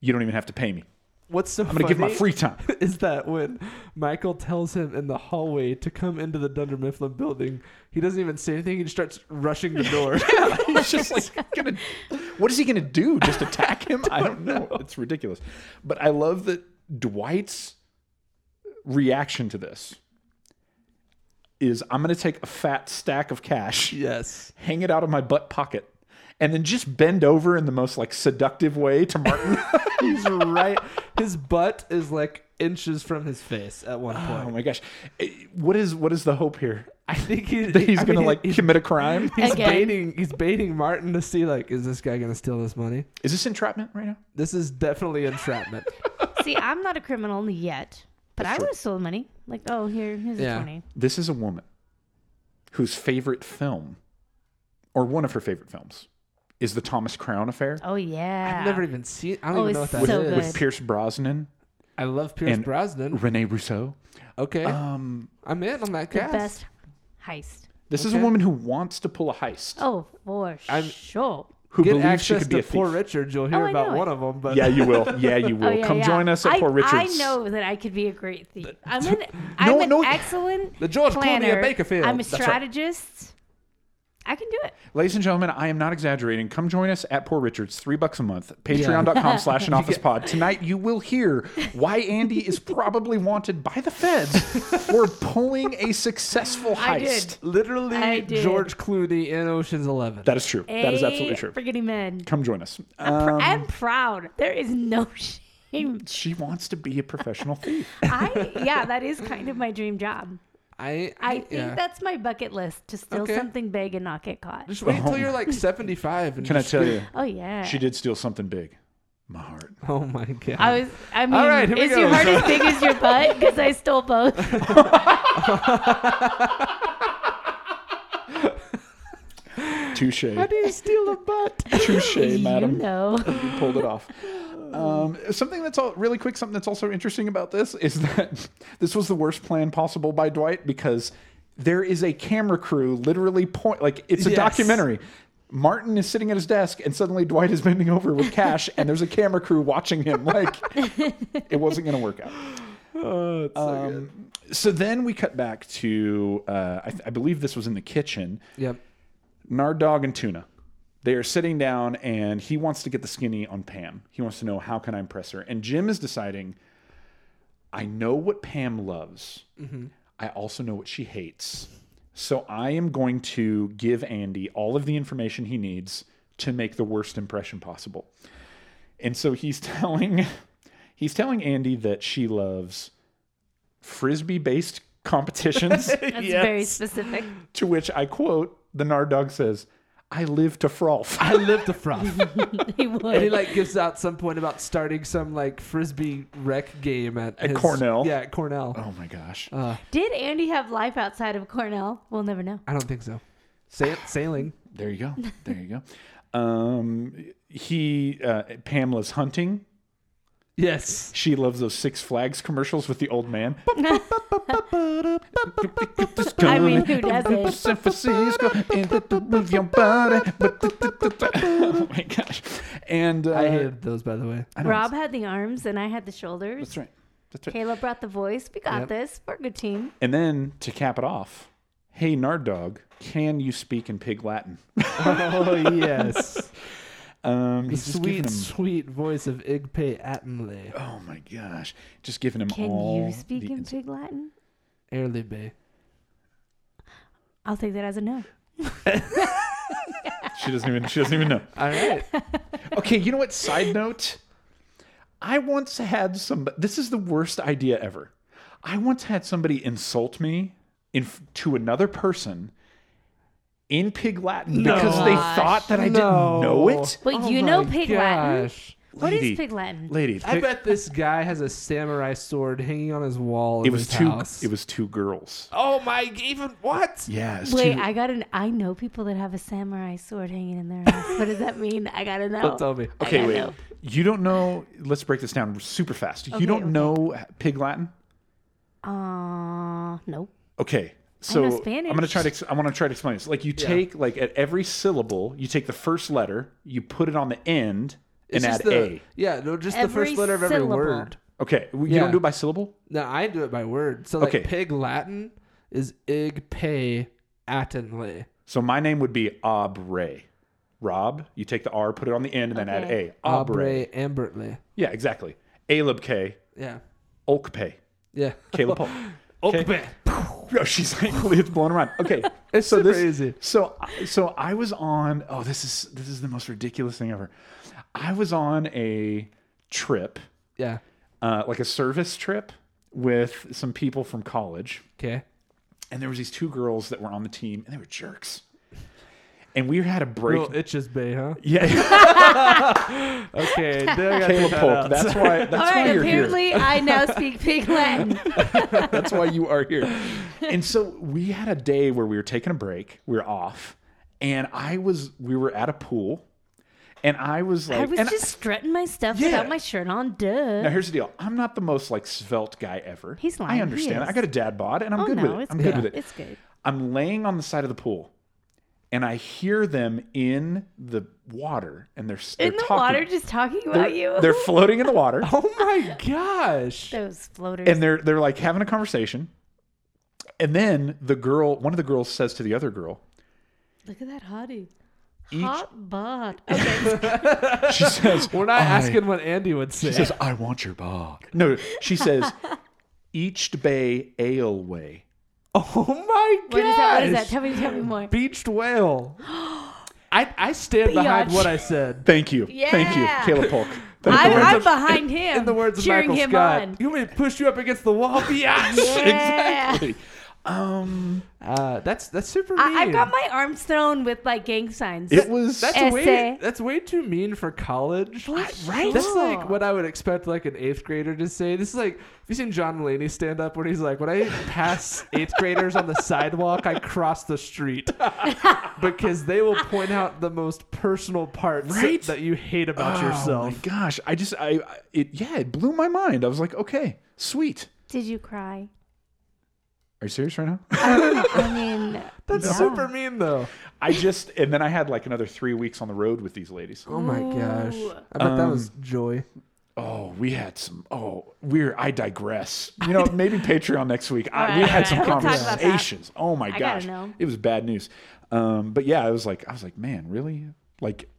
S1: you don't even have to pay me.
S2: What's so
S1: I'm going to give my
S2: funny
S1: free time.
S2: is that when Michael tells him in the hallway to come into the Dunder Mifflin building, he doesn't even say anything. He just starts rushing the door.
S1: He's just like gonna. What is he gonna do? Just attack him? I don't know. It's ridiculous. But I love that Dwight's reaction to this is I'm gonna take a fat stack of cash,
S2: yes.
S1: hang it out of my butt pocket, and then just bend over in the most like seductive way to Martin.
S2: He's right. His butt is like inches from his face at one
S1: oh
S2: point.
S1: my gosh, Eh, what is what is the hope here?
S2: I think he,
S1: That he's
S2: I
S1: gonna
S2: mean,
S1: like
S2: he's,
S1: commit a crime?
S2: he's
S3: Again.
S2: baiting he's baiting Martin to see like is this guy gonna steal this money?
S1: Is this entrapment right now?
S2: This is definitely entrapment.
S3: See, I'm not a criminal yet, but I would have stolen money. Like, oh, here, here's
S2: Yeah.
S3: a twenty.
S1: This is a woman whose favorite film, or one of her favorite films, is the Thomas Crown Affair
S3: Oh yeah.
S2: I've never even seen. I don't
S3: Oh,
S2: even know what
S3: it's
S2: that is.
S3: so good.
S1: with Pierce Brosnan,
S2: I love Pierce
S1: And-
S2: Brosnan.
S1: Rene Rousseau.
S2: Okay,
S1: Um,
S2: I'm in on that
S3: the
S2: cast.
S3: best heist.
S1: this is a
S2: Okay.
S1: woman who wants to pull a heist,
S3: Oh, for sure.
S1: who
S2: Get
S1: believes she
S2: access
S1: could be
S2: to
S1: a thief.
S2: Poor Richard. You'll
S3: Oh,
S2: hear
S3: I
S2: about
S3: know
S2: one
S3: it.
S2: of them. But
S1: Yeah, you will. Yeah, you will.
S3: Oh, yeah,
S1: Come
S3: yeah.
S1: join us at
S3: I,
S1: Poor Richard's.
S3: I know that I could be a great thief. I'm an, I'm an
S1: no.
S3: excellent
S2: The George Clooney of
S3: planner.
S2: Bakerfield.
S3: I'm a
S2: That's right.
S3: strategist. I can do it.
S1: Ladies and gentlemen, I am not exaggerating. Come join us at Poor Richards, three bucks a month, patreon.com slash an office pod. Tonight you will hear why Andy is probably wanted by the feds for pulling a successful heist.
S3: I did. I
S2: literally
S3: did.
S2: George Clooney in Ocean's Eleven.
S1: That is true. that is absolutely
S3: Hey,
S1: true.
S3: Forgetting men.
S1: Come join us.
S3: I'm pr-
S1: Um,
S3: I'm proud. There is no shame.
S1: she wants to be a professional thief.
S3: I yeah, that is kind of my dream job.
S2: I
S3: I think
S2: yeah.
S3: that's my bucket list to steal
S2: Okay.
S3: something big and not get caught.
S2: Just wait
S1: Oh
S2: until you're like 75. And
S1: Can I
S2: just
S1: tell
S2: be-
S1: you?
S3: Oh yeah.
S1: She did steal something big. My heart.
S2: Oh my god.
S3: I was. I mean,
S2: All right, here we
S3: is your
S2: go.
S3: heart as big as your butt? Because I stole both.
S1: Touche.
S2: you steal a butt?
S1: Touche,
S3: You
S1: madam.
S3: know.
S1: You pulled it off. Um, something that's all really quick. Something that's also interesting about this is that this was the worst plan possible by Dwight because there is a camera crew literally point like it's a
S2: Yes.
S1: documentary. Martin is sitting at his desk and suddenly Dwight is bending over with cash and there's a camera crew watching him. Like it wasn't going to work out. Um,
S2: Oh, it's so good.
S1: So then we cut back to uh, I, th- I believe this was in the kitchen.
S2: Yep.
S1: Nard Dog and Tuna. They are sitting down and he wants to get the skinny on Pam. He wants to know how can I impress her? And Jim is deciding, I know what Pam loves. I also know what she hates. So I am going to give Andy all of the information he needs to make the worst impression possible. And so he's telling he's telling Andy that she loves frisbee based competitions.
S3: That's very specific.
S1: To which I quote, the Nard Dog says, I live to froth.
S2: I live to froth.
S3: he
S2: and he
S3: would.
S2: like gives out some point about starting some like frisbee rec game at,
S1: At
S2: his-
S1: Cornell.
S2: Yeah, at Cornell.
S1: Oh my gosh.
S3: Did Andy have life outside of Cornell? We'll never know.
S2: I don't think so. Sa- sailing.
S1: There you go. There you go. Um, he uh, Pamela's hunting.
S2: Yes.
S1: She loves those Six Flags commercials with the old man.
S3: I mean, who doesn't?
S1: San Francisco, and to move your body. Oh my gosh! And uh,
S2: I hated those, by the way.
S3: Rob had the arms and I had the shoulders.
S1: That's right. That's right.
S3: Caleb brought the voice. We got
S2: Yep.
S3: this. We're a good team.
S1: And then to cap it off, hey Nard Dog, can you speak in Pig Latin?
S2: Oh yes,
S1: Um,
S2: the
S1: he's just giving
S2: sweet,
S1: him-
S2: sweet voice of Igpe Atmley,
S1: Oh my gosh! Just giving him
S3: Can
S1: all.
S3: you speak
S1: the
S3: in
S1: ins-
S3: Pig Latin?
S2: Erlebe.
S3: I'll take that as a no.
S1: She doesn't even. She doesn't even know.
S2: All right.
S1: Okay, you know what? Side note. I once had some. This is the worst idea ever. I once had somebody insult me in f- to another person in Pig Latin because they
S3: Gosh.
S1: thought that I didn't know it.
S3: But you know
S2: Oh my
S3: Pig Latin.
S2: gosh.
S3: What is
S1: Lady.
S3: Pig Latin?
S1: Lady,
S2: I
S1: Pig-
S2: bet this guy has a samurai sword hanging on his wall.
S1: it
S2: in
S1: was
S2: his
S1: two.
S2: House.
S1: It was two girls.
S2: Oh my! Even what?
S1: Yeah. it's
S3: Wait,
S1: two-
S3: I got an. I know people that have a samurai sword hanging in their house. what does that mean? I gotta know.
S2: Don't tell me.
S3: I
S1: Okay,
S3: gotta
S1: wait.
S3: know.
S1: You don't know. Let's break this down super fast.
S3: Okay,
S1: you don't
S3: okay.
S1: know Pig Latin?
S3: Uh, nope.
S1: Okay. So
S3: know
S1: I'm
S3: Spanish.
S1: gonna try to. ex- I want to try to explain this. Like you take like at every syllable, you take the first letter, you put it on the end,
S2: It's
S1: and
S2: just
S1: add
S2: the,
S1: a.
S2: Yeah, no, just the
S3: Every
S2: first letter of every
S3: syllable.
S2: word.
S1: Okay, you
S2: Yeah.
S1: don't do it by syllable.
S2: No, I do it by word. So like
S1: Okay.
S2: pig Latin is ig pay atinly.
S1: So my name would be Aubrey. Rob, you take the R, put it on the end, and then add
S3: Okay.
S1: A. Aubrey.
S2: Abre ambertly.
S1: Yeah, exactly. Aleb K.
S2: Yeah.
S1: Olkpay.
S2: Yeah.
S1: Caleb Polk.
S2: Okay.
S1: Oh, she's like it's blown around. Okay,
S2: It's
S1: so
S2: super
S1: this,
S2: easy.
S1: So, so I was on. Oh, this is this is the most ridiculous thing ever. I was on a trip,
S2: Yeah.
S1: uh, like a service trip, with some people from college,
S2: Okay.
S1: and there was these two girls that were on the team, and they were jerks. And we had a break.
S2: Real itches bay, huh?
S1: yeah,
S2: Okay. then I gotta
S1: Caleb
S2: take that
S1: Polk.
S2: out.
S1: That's why. That's
S3: All
S1: why
S3: right.
S1: you're here.
S3: Apparently, I now speak Pig Latin.
S1: That's why you are here. And so we had a day where we were taking a break. We were off, and I was we were at a pool, and I was like,
S3: I was
S1: and
S3: just strutting my stuff
S1: Yeah.
S3: without my shirt on. Duh.
S1: now here's the deal. I'm not the most like svelte guy ever.
S3: He's lying.
S1: I
S3: He
S1: understand.
S3: is.
S1: I got a dad bod, and I'm
S3: oh
S1: good
S3: no,
S1: with it.
S3: it's
S1: I'm
S3: good.
S1: good with it.
S3: It's good.
S1: I'm laying on the side of the pool, and I hear them in the water, and they're, they're
S3: In the
S1: talking.
S3: water, just talking
S1: they're,
S3: about you.
S1: they're floating in the water.
S2: Oh my gosh.
S3: Those floaters.
S1: and they're they're like having a conversation and then the girl one of the girls says to the other girl
S3: Look at that hottie.
S1: Each-
S3: Hot bod. Okay.
S1: she says
S2: We're not
S1: "I-"
S2: asking what Andy would say.
S1: she says i want your bod no she says eached bay ale way
S2: oh my gosh.
S3: what is that? What is that? Tell me. Tell me more.
S2: Beached whale. I, I stand behind
S3: Biatch.
S2: what I said.
S1: thank you thank you
S3: Yeah.
S1: caleb polk thank
S3: I,
S1: you very
S3: I'm
S1: much.
S3: behind him.
S2: In the words of
S3: cheering
S2: Michael
S3: him
S2: Scott,
S3: on.
S2: you may push you up against the wall, biatch.
S3: Yeah.
S1: um
S2: Uh, that's that's super mean.
S3: I, I got my arms thrown with like gang signs.
S1: it was
S2: That's
S3: Essay.
S2: way that's way too mean for college.
S3: right?
S2: That's like what I would expect like an eighth grader to say. This is like have you seen John Mulaney stand up when he's like, when I pass eighth graders on the sidewalk, I cross the street because they will point out the most personal parts
S1: Right?
S2: that you hate about
S1: oh my
S2: yourself.
S1: gosh i just I, I it yeah it blew my mind i was like okay sweet
S3: Did you cry?
S1: are you serious right now
S3: I mean,
S2: That's
S3: yeah.
S2: super mean though.
S1: i just and then i had like another three weeks on the road with these ladies
S2: Oh my gosh.
S3: Ooh.
S2: I bet that was joy.
S1: Oh, we had some. Oh, we're. I digress. You know, maybe Patreon next week. I, we
S3: Alright,
S1: had some
S3: alright, we'll talk about that.
S1: conversations. Oh my
S3: gotta
S1: gosh,
S3: know.
S1: it was bad news. Um, but yeah, I was like, I was like, man, really? Like,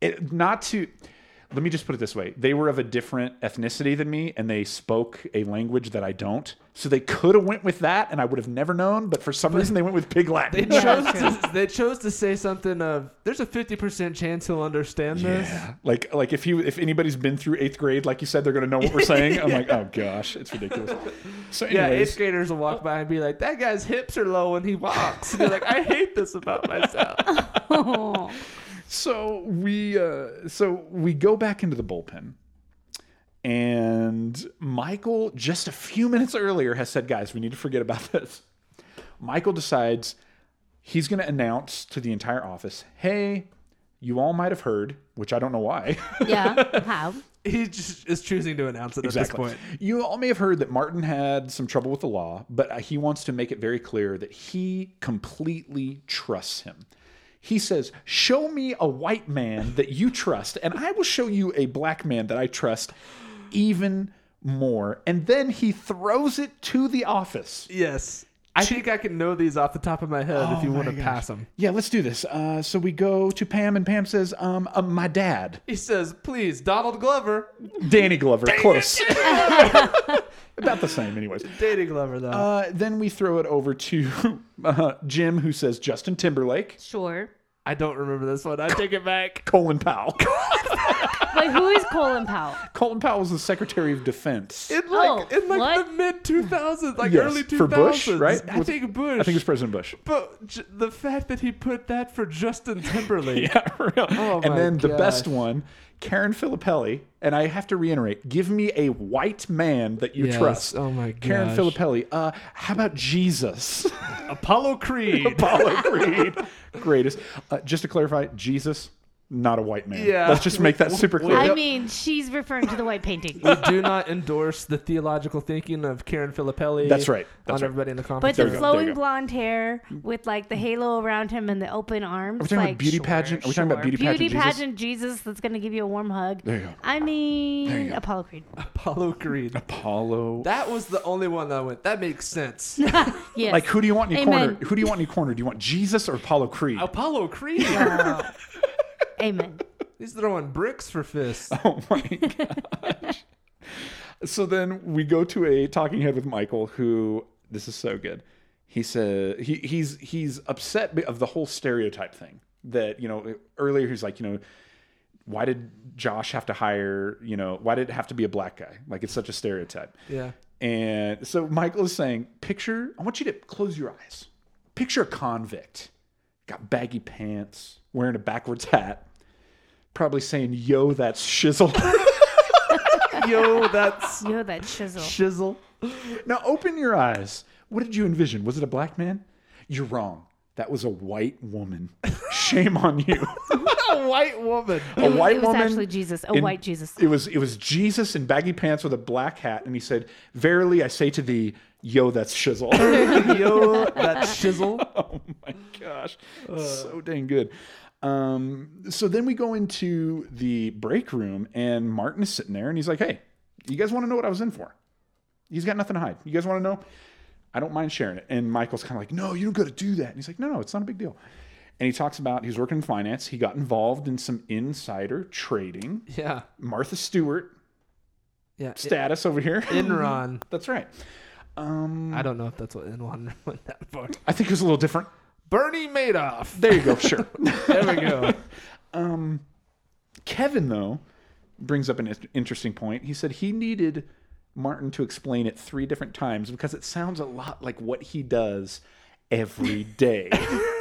S1: it, not to let me just put it this way they were of a different ethnicity than me and they spoke a language that i don't so they could have went with that and i would have never known but for some reason they went with pig
S2: They
S1: latin
S2: chose, to, they chose to say something of, there's a 50% chance he'll understand this.
S1: yeah. like like if you if anybody's been through eighth grade like you said they're gonna know what we're saying i'm like oh gosh it's ridiculous so
S2: Yeah,
S1: anyways,
S2: eighth graders will walk by and be like, that guy's hips are low when he walks. And they're like, I hate this about myself.
S3: Oh,
S1: so we uh, so we go back into the bullpen and michael just a few minutes earlier has said guys we need to forget about this michael decides he's going to announce to the entire office hey you all might have heard which i don't know why
S3: yeah. How?
S2: He just is choosing to announce it at this point.
S1: You all may have heard that Martin had some trouble with the law, but uh, he wants to make it very clear that he completely trusts him. He says, Show me a white man that you trust, and I will show you a black man that I trust even more. And then he throws it to the office.
S2: Yes. I think I can know these off the top of my head if you want to pass them.
S1: Yeah, let's do this. Uh, so we go to Pam, and Pam says, um, uh, My dad,
S2: He says, please, Donald Glover.
S1: Danny Glover, close. About the same, anyways.
S2: Danny Glover, though.
S1: Uh, then we throw it over to uh, Jim, who says Justin Timberlake,
S3: Sure.
S2: I don't remember this one. I take it back.
S1: Colin Powell.
S3: Wait, who is Colin Powell?
S1: Colin Powell was the Secretary of Defense.
S2: In like,
S3: Oh,
S2: in like
S3: what?
S2: the mid 2000s, like
S1: Yes,
S2: early 2000s.
S1: for Bush, right?
S2: I
S1: Was-
S2: think Bush.
S1: I think it was President Bush.
S2: But j- the fact that he put that for Justin Timberlake.
S1: Yeah, for real.
S2: Oh my
S1: and then the best
S2: gosh.
S1: one, Karen Filippelli. And I have to reiterate, give me a white man that you
S2: Yes,
S1: trust.
S2: oh my
S1: Karen
S2: gosh.
S1: Filippelli. Uh, how about Jesus?
S2: Apollo Creed.
S1: Apollo Creed. Greatest. Uh, just to clarify, Jesus, not a white man.
S2: Yeah.
S1: Let's just make that super clear.
S3: I mean, she's referring to the white painting.
S2: we do not endorse the theological thinking of Karen Filippelli.
S1: That's right. That's
S2: on
S1: right.
S2: everybody in the comments.
S3: But
S1: There
S3: the
S1: we go, there we
S3: flowing
S1: go.
S3: blonde hair with like the halo around him and the open arms. Are
S1: we talking about beauty pageant? Are we talking about beauty pageant Jesus?
S3: pageant Jesus that's going to give you a warm hug. There
S1: you go.
S3: I mean, Apollo Creed.
S2: Apollo Creed.
S1: Apollo
S2: That was the only one that went. That makes sense.
S3: Yes.
S1: Like who do you want in your
S3: Amen.
S1: corner? Who do you want in your corner? Do you want Jesus or Apollo Creed?
S2: Apollo Creed.
S3: Oh. Amen.
S2: He's throwing bricks for fists.
S1: Oh my gosh. so then we go to a talking head with Michael, who this is so good. He says he, he's he's upset of the whole stereotype thing that you know earlier he's like you know why did Josh have to hire you know why did it have to be a black guy like it's such a stereotype
S2: Yeah.
S1: and so Michael is saying, picture, I want you to close your eyes. Picture a convict, got baggy pants, wearing a backwards hat, probably saying, yo, that's shizzle.
S2: Yo, that's
S3: Yo, that shizzle.
S2: shizzle.
S1: now open your eyes. What did you envision? Was it a black man? You're wrong. That was a white woman. Shame on you.
S2: A white woman.
S1: a white
S3: it was
S1: woman.
S3: actually Jesus, a
S1: in-
S3: white Jesus.
S1: It was it was Jesus in baggy pants with a black hat, and he said, "Verily I say to thee, yo, that's shizzle."
S2: Yo, that shizzle.
S1: oh my gosh so dang good um so then we go into the break room and martin is sitting there and he's like hey you guys want to know what i was in for he's got nothing to hide you guys want to know i don't mind sharing it and michael's kind of like no you don't got to do that and he's like no no it's not a big deal and he talks about he was working in finance he got involved in some insider trading
S2: Yeah.
S1: martha stewart
S2: Yeah. E-
S1: status over here
S2: Enron.
S1: that's right
S2: I don't know if that's what Enron went that far.
S1: i think it was a little different
S2: Bernie Madoff.
S1: there you go sure
S2: There we go.
S1: Kevin, though, brings up an in- interesting point. He said he needed Martin to explain it three different times because it sounds a lot like what he does every day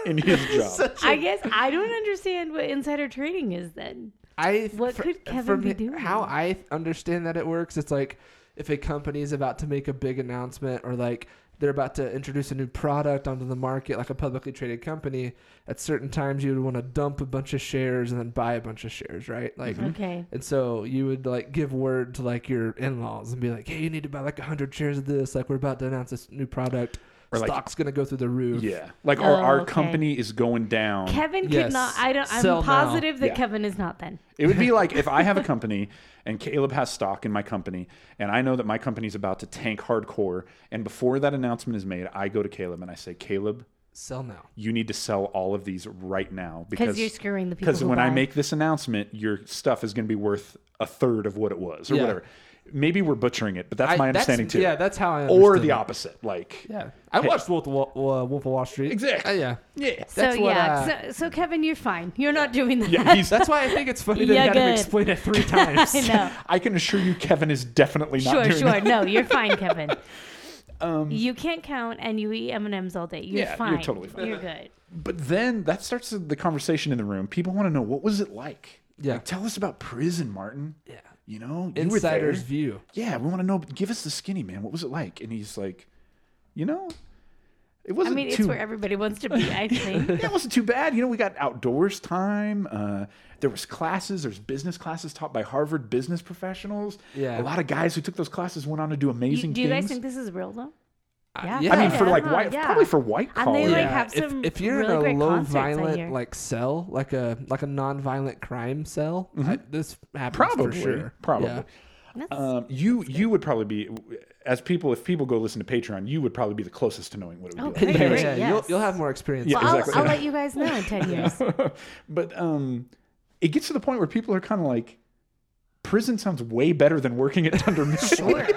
S1: in his job.
S3: I guess I don't understand what insider trading is then.
S2: I
S3: What could Kevin
S2: from
S3: be
S2: h-
S3: doing?
S2: How I understand that it works, it's like if a company is about to make a big announcement or like they're about to introduce a new product onto the market, like a publicly traded company, at certain times you would want to dump a bunch of shares and then buy a bunch of shares, right? Like
S1: Mm-hmm.
S3: Okay.
S2: And so you would like give word to like your in-laws and be like, "Hey, you need to buy like 100 shares of this. Like we're about to announce this new product.
S1: Or, like-
S2: Stock's going to go through the roof."
S1: Yeah. Like, our, our
S3: Oh, okay.
S1: company is going down.
S3: Kevin
S2: Yes.
S3: could not. I don't. I'm
S2: Sell now.
S3: positive that
S1: Yeah.
S3: Kevin is not. Then
S1: It would be like if I have a company and Caleb has stock in my company, and I know that my company's about to tank hardcore. And before that announcement is made, I go to Caleb and I say, Caleb,
S2: Sell now.
S1: you need to sell all of these right now because
S3: you're screwing the people
S1: Because
S3: who
S1: when I
S3: buy.
S1: make this announcement, your stuff is going to be worth a third of what it was or
S2: Yeah.
S1: whatever. Maybe we're butchering it, but that's
S2: I-
S1: my understanding too.
S2: Yeah, that's how I.
S1: or
S2: understood
S1: the
S2: it.
S1: opposite, like
S2: Yeah, I watched Wolf, of Wa- uh, Wolf of Wall Street.
S1: Exact.
S2: Uh, yeah,
S1: yeah.
S3: So
S2: That's what,
S3: yeah,
S2: uh,
S3: so, so Kevin, you're fine. You're not doing that.
S1: Yeah, he's,
S2: that's why I think it's funny that I
S3: Yeah,
S2: had him
S3: good.
S2: explain it three times.
S3: I know.
S1: I can assure you, Kevin is definitely not
S3: Sure,
S1: doing
S3: sure.
S1: that. Um,
S3: No, you're fine, Kevin. you can't count, and you eat M and M's all day. You're
S1: Yeah, you're
S3: fine.
S1: totally fine.
S3: You're good.
S1: But then that starts the conversation in the room. People want to know what was it like.
S2: Yeah.
S1: Like, tell us about prison, Martin. Yeah, you know, you were there.
S2: Insider's view.
S1: yeah, we want to know. Give us the skinny, man. What was it like? And he's like, you know, it
S3: I
S1: wasn't
S3: mean,
S1: too.
S3: it's where everybody wants to be. I think.
S1: yeah, it wasn't too bad. You know, we got outdoors time. Uh, there was classes. There's business classes taught by Harvard business professionals. a
S2: Yeah.
S1: lot of guys who took those classes went on to do amazing
S3: You, do
S1: things. Uh,
S3: you guys think this is real though? Yeah.
S2: yeah.
S1: I mean, for
S3: Yeah,
S1: like white,
S3: yeah.
S1: probably for white
S3: And they,
S1: collar.
S3: like, have
S2: if,
S3: some
S2: if you're
S3: really
S2: in
S3: great
S2: a low
S3: concerts, I hear.
S2: violent like cell, like a like a non-violent crime cell, I, this happens
S1: Mm-hmm. probably,
S2: for sure.
S1: probably.
S2: Yeah.
S3: That's-
S1: Um, you you would probably be as people if people go listen to Patreon, you would probably be the closest to knowing what it would be
S3: Okay.
S1: like.
S2: Yeah,
S3: Great,
S2: yeah, You'll,
S3: yes.
S2: you'll have more experience.
S1: Yeah,
S2: with
S3: I'll,
S1: exactly.
S3: I'll let you guys know in ten years.
S1: But um, it gets to the point where people are kind of like, prison sounds way better than working at Thunder Mission.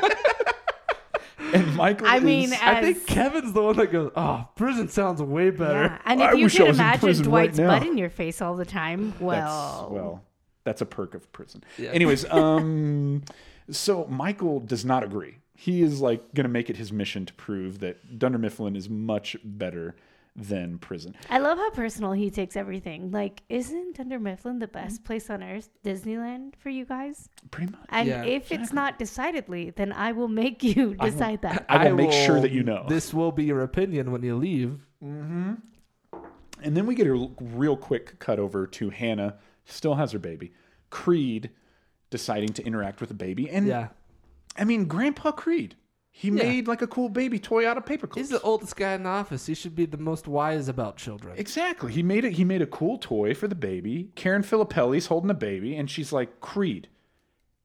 S1: and Michael,
S3: I
S1: is-
S3: mean,
S2: I
S3: as-
S2: think Kevin's the one that goes, "Oh, prison sounds way better."
S3: yeah. And
S1: I
S3: if you
S1: wish I
S3: could
S1: was in prison
S3: imagine
S1: right
S3: Dwight's
S1: now.
S3: butt in your face all the time,
S1: that's
S3: well,
S1: well, that's a perk of prison. Anyways, um, so Michael does not agree. He is like going to make it his mission to prove that Dunder Mifflin is much better than prison.
S3: I love how personal he takes everything. Like, isn't Dunder Mifflin the
S1: Mm-hmm.
S3: best place on earth, Disneyland for you guys?
S1: Pretty much.
S3: And
S2: Yeah.
S3: if it's not decidedly, then I will make you decide that.
S1: I will make sure that you know.
S2: This will be your opinion when you leave.
S1: And then we get a l- real quick cut over to Hannah, still has her baby, Creed deciding to interact with the baby. And
S2: Yeah.
S1: I mean, Grandpa Creed, he made like a cool baby toy out of paper clips.
S2: He's the oldest guy in the office. He should be the most wise about children.
S1: exactly. He made it. He made a cool toy for the baby. Karen Filippelli's holding the baby, and she's like, Creed,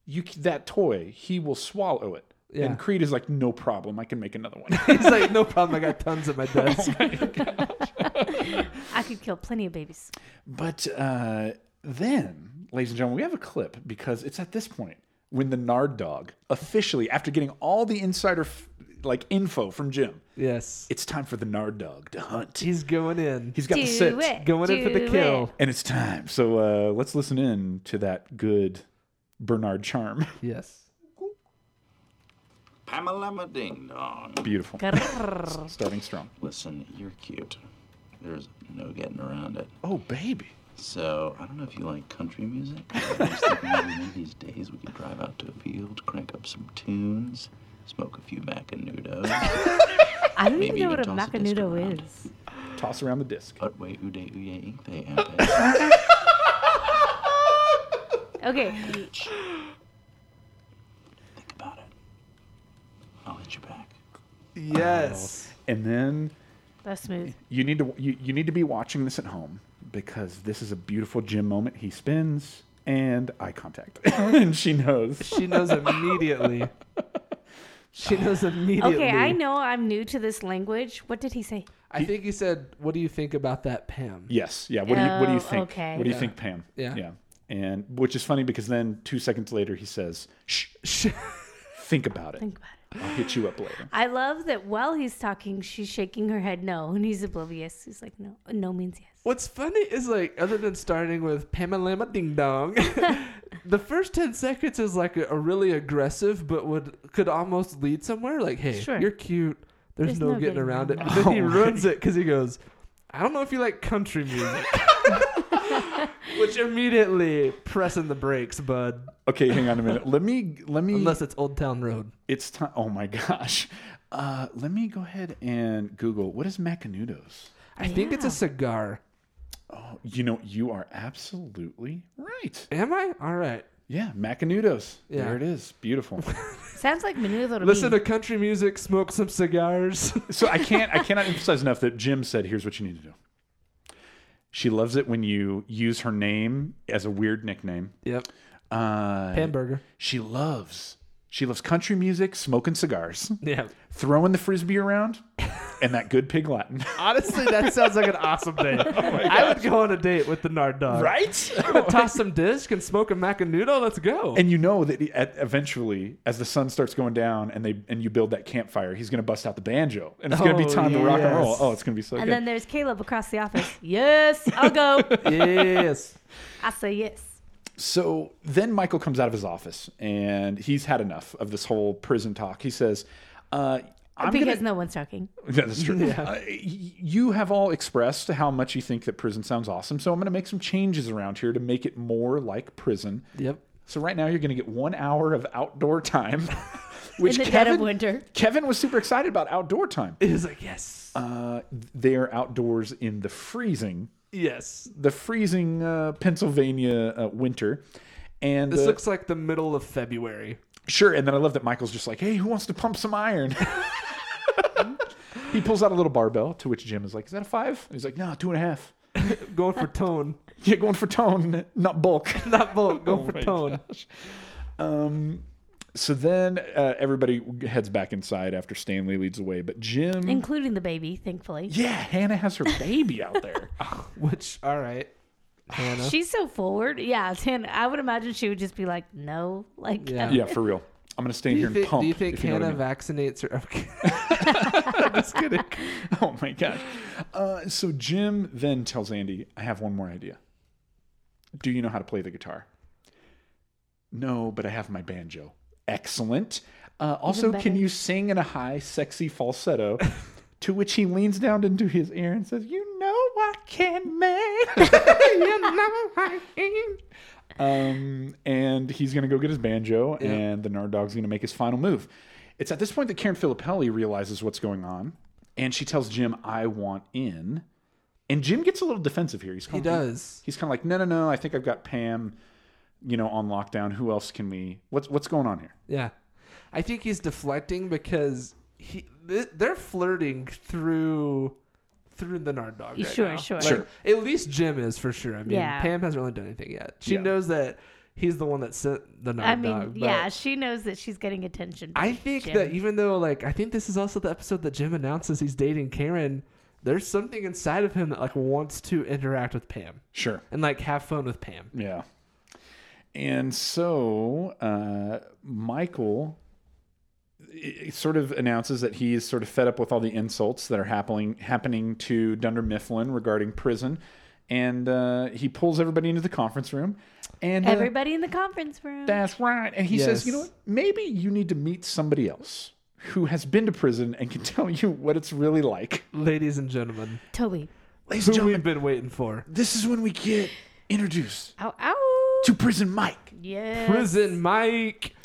S1: you c- that toy, he will swallow it.
S2: Yeah.
S1: And Creed is like, no problem. I can make another one.
S2: He's like, no problem. I got tons at my desk.
S3: I could kill plenty of babies.
S1: But uh, then, ladies and gentlemen, we have a clip because it's at this point when the Nard Dog officially, after getting all the insider f- like info from Jim,
S2: yes.
S1: it's time for the Nard Dog to hunt.
S2: He's going in.
S1: He's got
S3: Do
S1: the scent,
S3: it.
S2: going
S3: do
S2: in for the
S3: it.
S2: kill.
S1: and it's time. So uh, let's listen in to that good Bernard charm.
S2: Yes.
S5: Pamela Ma Ding Dong.
S1: Beautiful,
S3: Grrr.
S1: starting strong.
S5: Listen, you're cute. There's no getting around it.
S1: Oh baby,
S5: So, I don't know if you like country music. I was thinking maybe one of these days we could drive out to a field, crank up some tunes, smoke a few Macanudos.
S3: I don't even
S5: Maybe
S3: know
S5: you
S3: what a
S5: can toss a disc
S3: macanudo
S5: around.
S3: is.
S1: toss around the disc.
S5: but wait, ude, uye, ink, they, ante. That's
S3: Okay,
S5: about it. I'll hit you back.
S2: Yes.
S1: And then
S3: that's smooth.
S1: you need to you, you need to be watching this at home because this is a beautiful Jim moment. He spins and eye contact, and she knows.
S2: She knows immediately. She knows immediately.
S3: Okay, I know I'm new to this language. What did he say?
S2: I think you said, "What do you think about that, Pam?"
S1: Yes. Yeah. What do you What do you
S3: Oh,
S1: think?
S3: okay.
S1: What do you think, Pam?
S2: Yeah.
S1: Yeah. And which is funny because then two seconds later he says, "Shh, shh, think about it.
S3: Think about it.
S1: I'll hit you up later."
S3: I love that while he's talking, she's shaking her head no, and he's oblivious. He's like, no, no means yes.
S2: What's funny is like, other than starting with Pamela Ding Dong, the first ten seconds is like a, a really aggressive, but would could almost lead somewhere. Like, hey,
S3: Sure.
S2: you're cute. There's, no, getting, around it. But then he
S1: Oh my-
S2: ruins it because he goes, "I don't know if you like country music," which immediately pressing the brakes, bud.
S1: Okay, hang on a minute. Let me let me.
S2: Unless it's Old Town Road.
S1: it's time. Oh my gosh. Uh, let me go ahead and Google what is Macanudos. Oh,
S2: I think it's a
S3: Yeah.
S2: cigar.
S1: You know, you are absolutely right.
S2: Am I? All right.
S1: Yeah, Macanudos.
S2: Yeah.
S1: There it is. Beautiful.
S3: Sounds like menudo to
S2: Listen
S3: me.
S2: to country music, smoke some cigars.
S1: so I can't I cannot emphasize enough that Jim said, "Here's what you need to do." She loves it when you use her name as a weird nickname.
S2: yep.
S1: Uh,
S2: Hamburger.
S1: She loves she loves country music, smoking cigars,
S2: Yeah.
S1: throwing the frisbee around, and that good pig Latin.
S2: Honestly, that sounds like an awesome date. I would go on a date with the Nard Dog.
S1: right?
S2: Toss some disc and smoke a macanudo. Let's go.
S1: and you know that he- at, eventually, as the sun starts going down and they and you build that campfire, he's going to bust out the banjo, and it's going to
S2: Oh,
S1: be time to rock and roll.
S2: yes.
S1: Oh, it's going to be so
S3: And
S1: good.
S3: then there's Caleb across the office. yes, I'll go.
S2: yes.
S3: I say yes.
S1: So then Michael comes out of his office and he's had enough of this whole prison talk. He says, uh, I'm
S3: because
S1: gonna...
S3: no one's talking.
S1: Yeah, that's true. Uh, y- you have all expressed how much you think that prison sounds awesome. So I'm going to make some changes around here to make it more like prison.
S2: Yep.
S1: So right now you're going to get one hour of outdoor time, which
S3: In the dead of
S1: Kevin,
S3: winter.
S1: Kevin was super excited about outdoor time.
S2: He's like, yes.
S1: Uh, they are outdoors in the freezing,
S2: yes.
S1: the freezing uh, Pennsylvania uh, winter. And
S2: This
S1: uh,
S2: looks like the middle of February.
S1: Sure, and then I love that Michael's just like, "Hey, who wants to pump some iron?" he pulls out a little barbell, to which Jim is like, "Is that a five? And he's like, "No, two and a half."
S2: Going for tone.
S1: Yeah, going for tone, not bulk.
S2: Not bulk. Going for tone.
S1: so then uh, everybody heads back inside after Stanley leads the way, but Jim,
S3: Including the baby, thankfully.
S1: yeah, Hannah has her baby out there.
S2: Uh-huh. Which, all right. Hannah.
S3: She's so forward. Yeah, Tan, I would imagine she would just be like, no. Like,
S2: Yeah.
S1: yeah, for real. I'm gonna stay in
S2: do
S1: here
S2: you,
S1: and
S2: thi-
S1: pump.
S2: do you think
S1: if know what
S2: Hannah
S1: I mean.
S2: vaccinates her? Okay.
S1: Just kidding. Oh my gosh. Uh, so Jim then tells Andy, I have one more idea. Do you know how to play the guitar? No, but I have my banjo. Excellent. Uh, also,
S3: better.
S1: can you sing in a high, sexy falsetto? to which he leans down into his ear and says, You know I can make. you know I can. Um, and he's going to go get his banjo, and the Nard Dog's going to make his final move. It's at this point that Karen Filippelli realizes what's going on, and she tells Jim, I want in. And Jim gets a little defensive here. He's
S2: He
S1: kind of,
S2: does.
S1: He's kind of like, no, no, no. I think I've got Pam, you know, on lockdown. Who else can we? What's what's going on here?
S2: Yeah. I think he's deflecting because he th- they're flirting through through the Nard Dog. Right
S3: Sure,
S2: now.
S3: sure.
S2: Like,
S1: Sure.
S2: At least Jim is for sure. I mean,
S3: Yeah.
S2: Pam hasn't really done anything yet. She
S1: Yeah.
S2: knows that he's the one that sent the Nard
S3: I mean,
S2: Dog. but
S3: yeah, she knows that she's getting attention.
S2: I think
S3: Jim.
S2: that even though, like, I think this is also the episode that Jim announces he's dating Karen. There's something inside of him that like wants to interact with Pam
S1: Sure.
S2: and like have fun with Pam.
S1: Yeah. And so uh, Michael i- i- sort of announces that he is sort of fed up with all the insults that are happening happening to Dunder Mifflin regarding prison, and uh, he pulls everybody into the conference room, and uh,
S3: Everybody in the conference room.
S1: That's right. And he says, you know
S2: Yes.
S1: what? Maybe you need to meet somebody else who has been to prison and can tell you what it's really like.
S2: Ladies and gentlemen,
S3: Toby.
S1: Ladies
S2: who we've been waiting for.
S1: this is when we get introduced
S3: Ow, ow.
S1: to Prison Mike.
S3: Yeah.
S2: Prison Mike.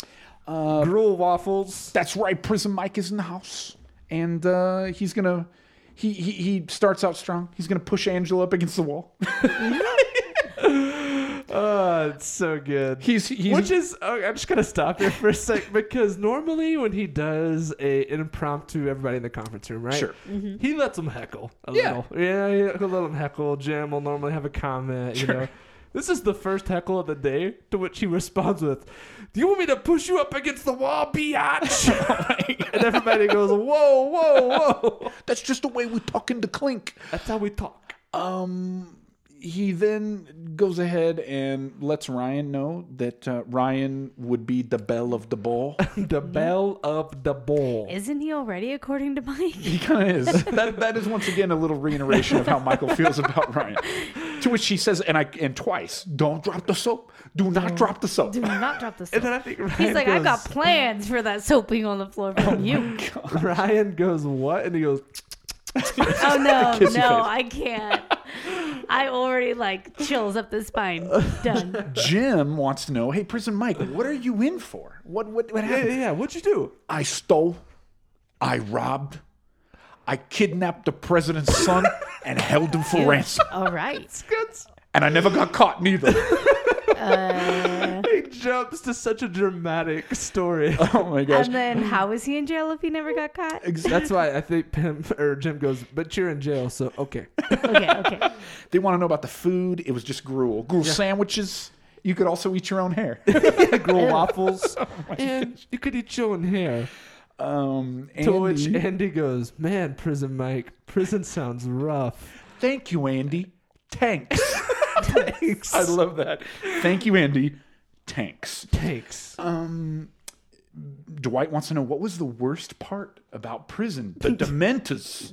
S2: Uh, Gruel waffles.
S1: That's right. Prison Mike is in the house. And uh, he's going to. He, he, he starts out strong. He's going to push Angela up against the wall.
S2: Oh, it's so good.
S1: He's- he's-
S2: which is oh, I'm just gonna stop here for a sec because normally when he does a an impromptu everybody in the conference room, right?
S1: Sure.
S2: He lets them heckle a
S1: Yeah.
S2: little. Yeah, yeah, he'll let them heckle. Jim will normally have a comment. You know, this is the first heckle of the day to which he responds with, "Do you want me to push you up against the wall,
S3: Oh
S2: biatch?" and everybody goes, "Whoa, whoa, whoa!"
S1: That's just the way we talk in the clink.
S2: That's how we talk.
S1: Um, he then goes ahead and lets Ryan know that uh, Ryan would be the belle of the ball.
S3: Mm-hmm.
S2: The bell of the ball.
S3: Isn't he already, according to Mike?
S1: He kind of is. that that is once again a little reiteration of how Michael feels about Ryan. To which she says, and I and twice, don't drop the soap. Do not drop the soap.
S3: Do not drop the
S2: And then
S3: soap.
S2: I Oh think Ryan
S3: He's like, I got
S2: goes-
S3: plans for that soap being on the floor from you.
S2: Ryan goes, What? And he goes,
S3: Oh no,
S1: Kissy
S3: no,
S1: face.
S3: I can't. I already like chills up the spine. Done.
S1: Jim wants to know, hey, Prison Mike, what are you in for? What what what
S2: Yeah,
S1: happened?
S2: yeah, yeah. What'd you do?
S1: I stole, I robbed, I kidnapped the president's son and held him for ransom.
S3: All right.
S1: And I never got caught neither.
S2: He jumps to such a dramatic story.
S1: oh my gosh.
S3: And then how was he in jail if he never got caught?
S2: That's why I think Pam or Jim goes, But you're in jail, so okay.
S3: Okay, okay.
S1: They want to know about the food. It was just gruel. Gruel sandwiches. You could also eat your own hair.
S2: Grow waffles. and you could eat your own hair.
S1: Um, Andy,
S2: To which Andy goes, "Man, prison Mike, prison sounds rough."
S1: thank you, Andy. Tanks. Tanks. I love that. Thank you, Andy. Tanks.
S2: Thanks.
S1: Dwight wants to know what was the worst part about prison? The Dementors.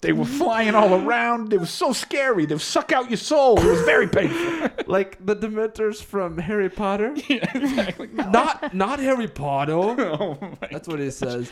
S1: they were flying all around. It was so scary. They would suck out your soul. It was very painful.
S2: like the Dementors from Harry Potter. Not not Harry Potter.
S1: Oh
S2: That's what he says.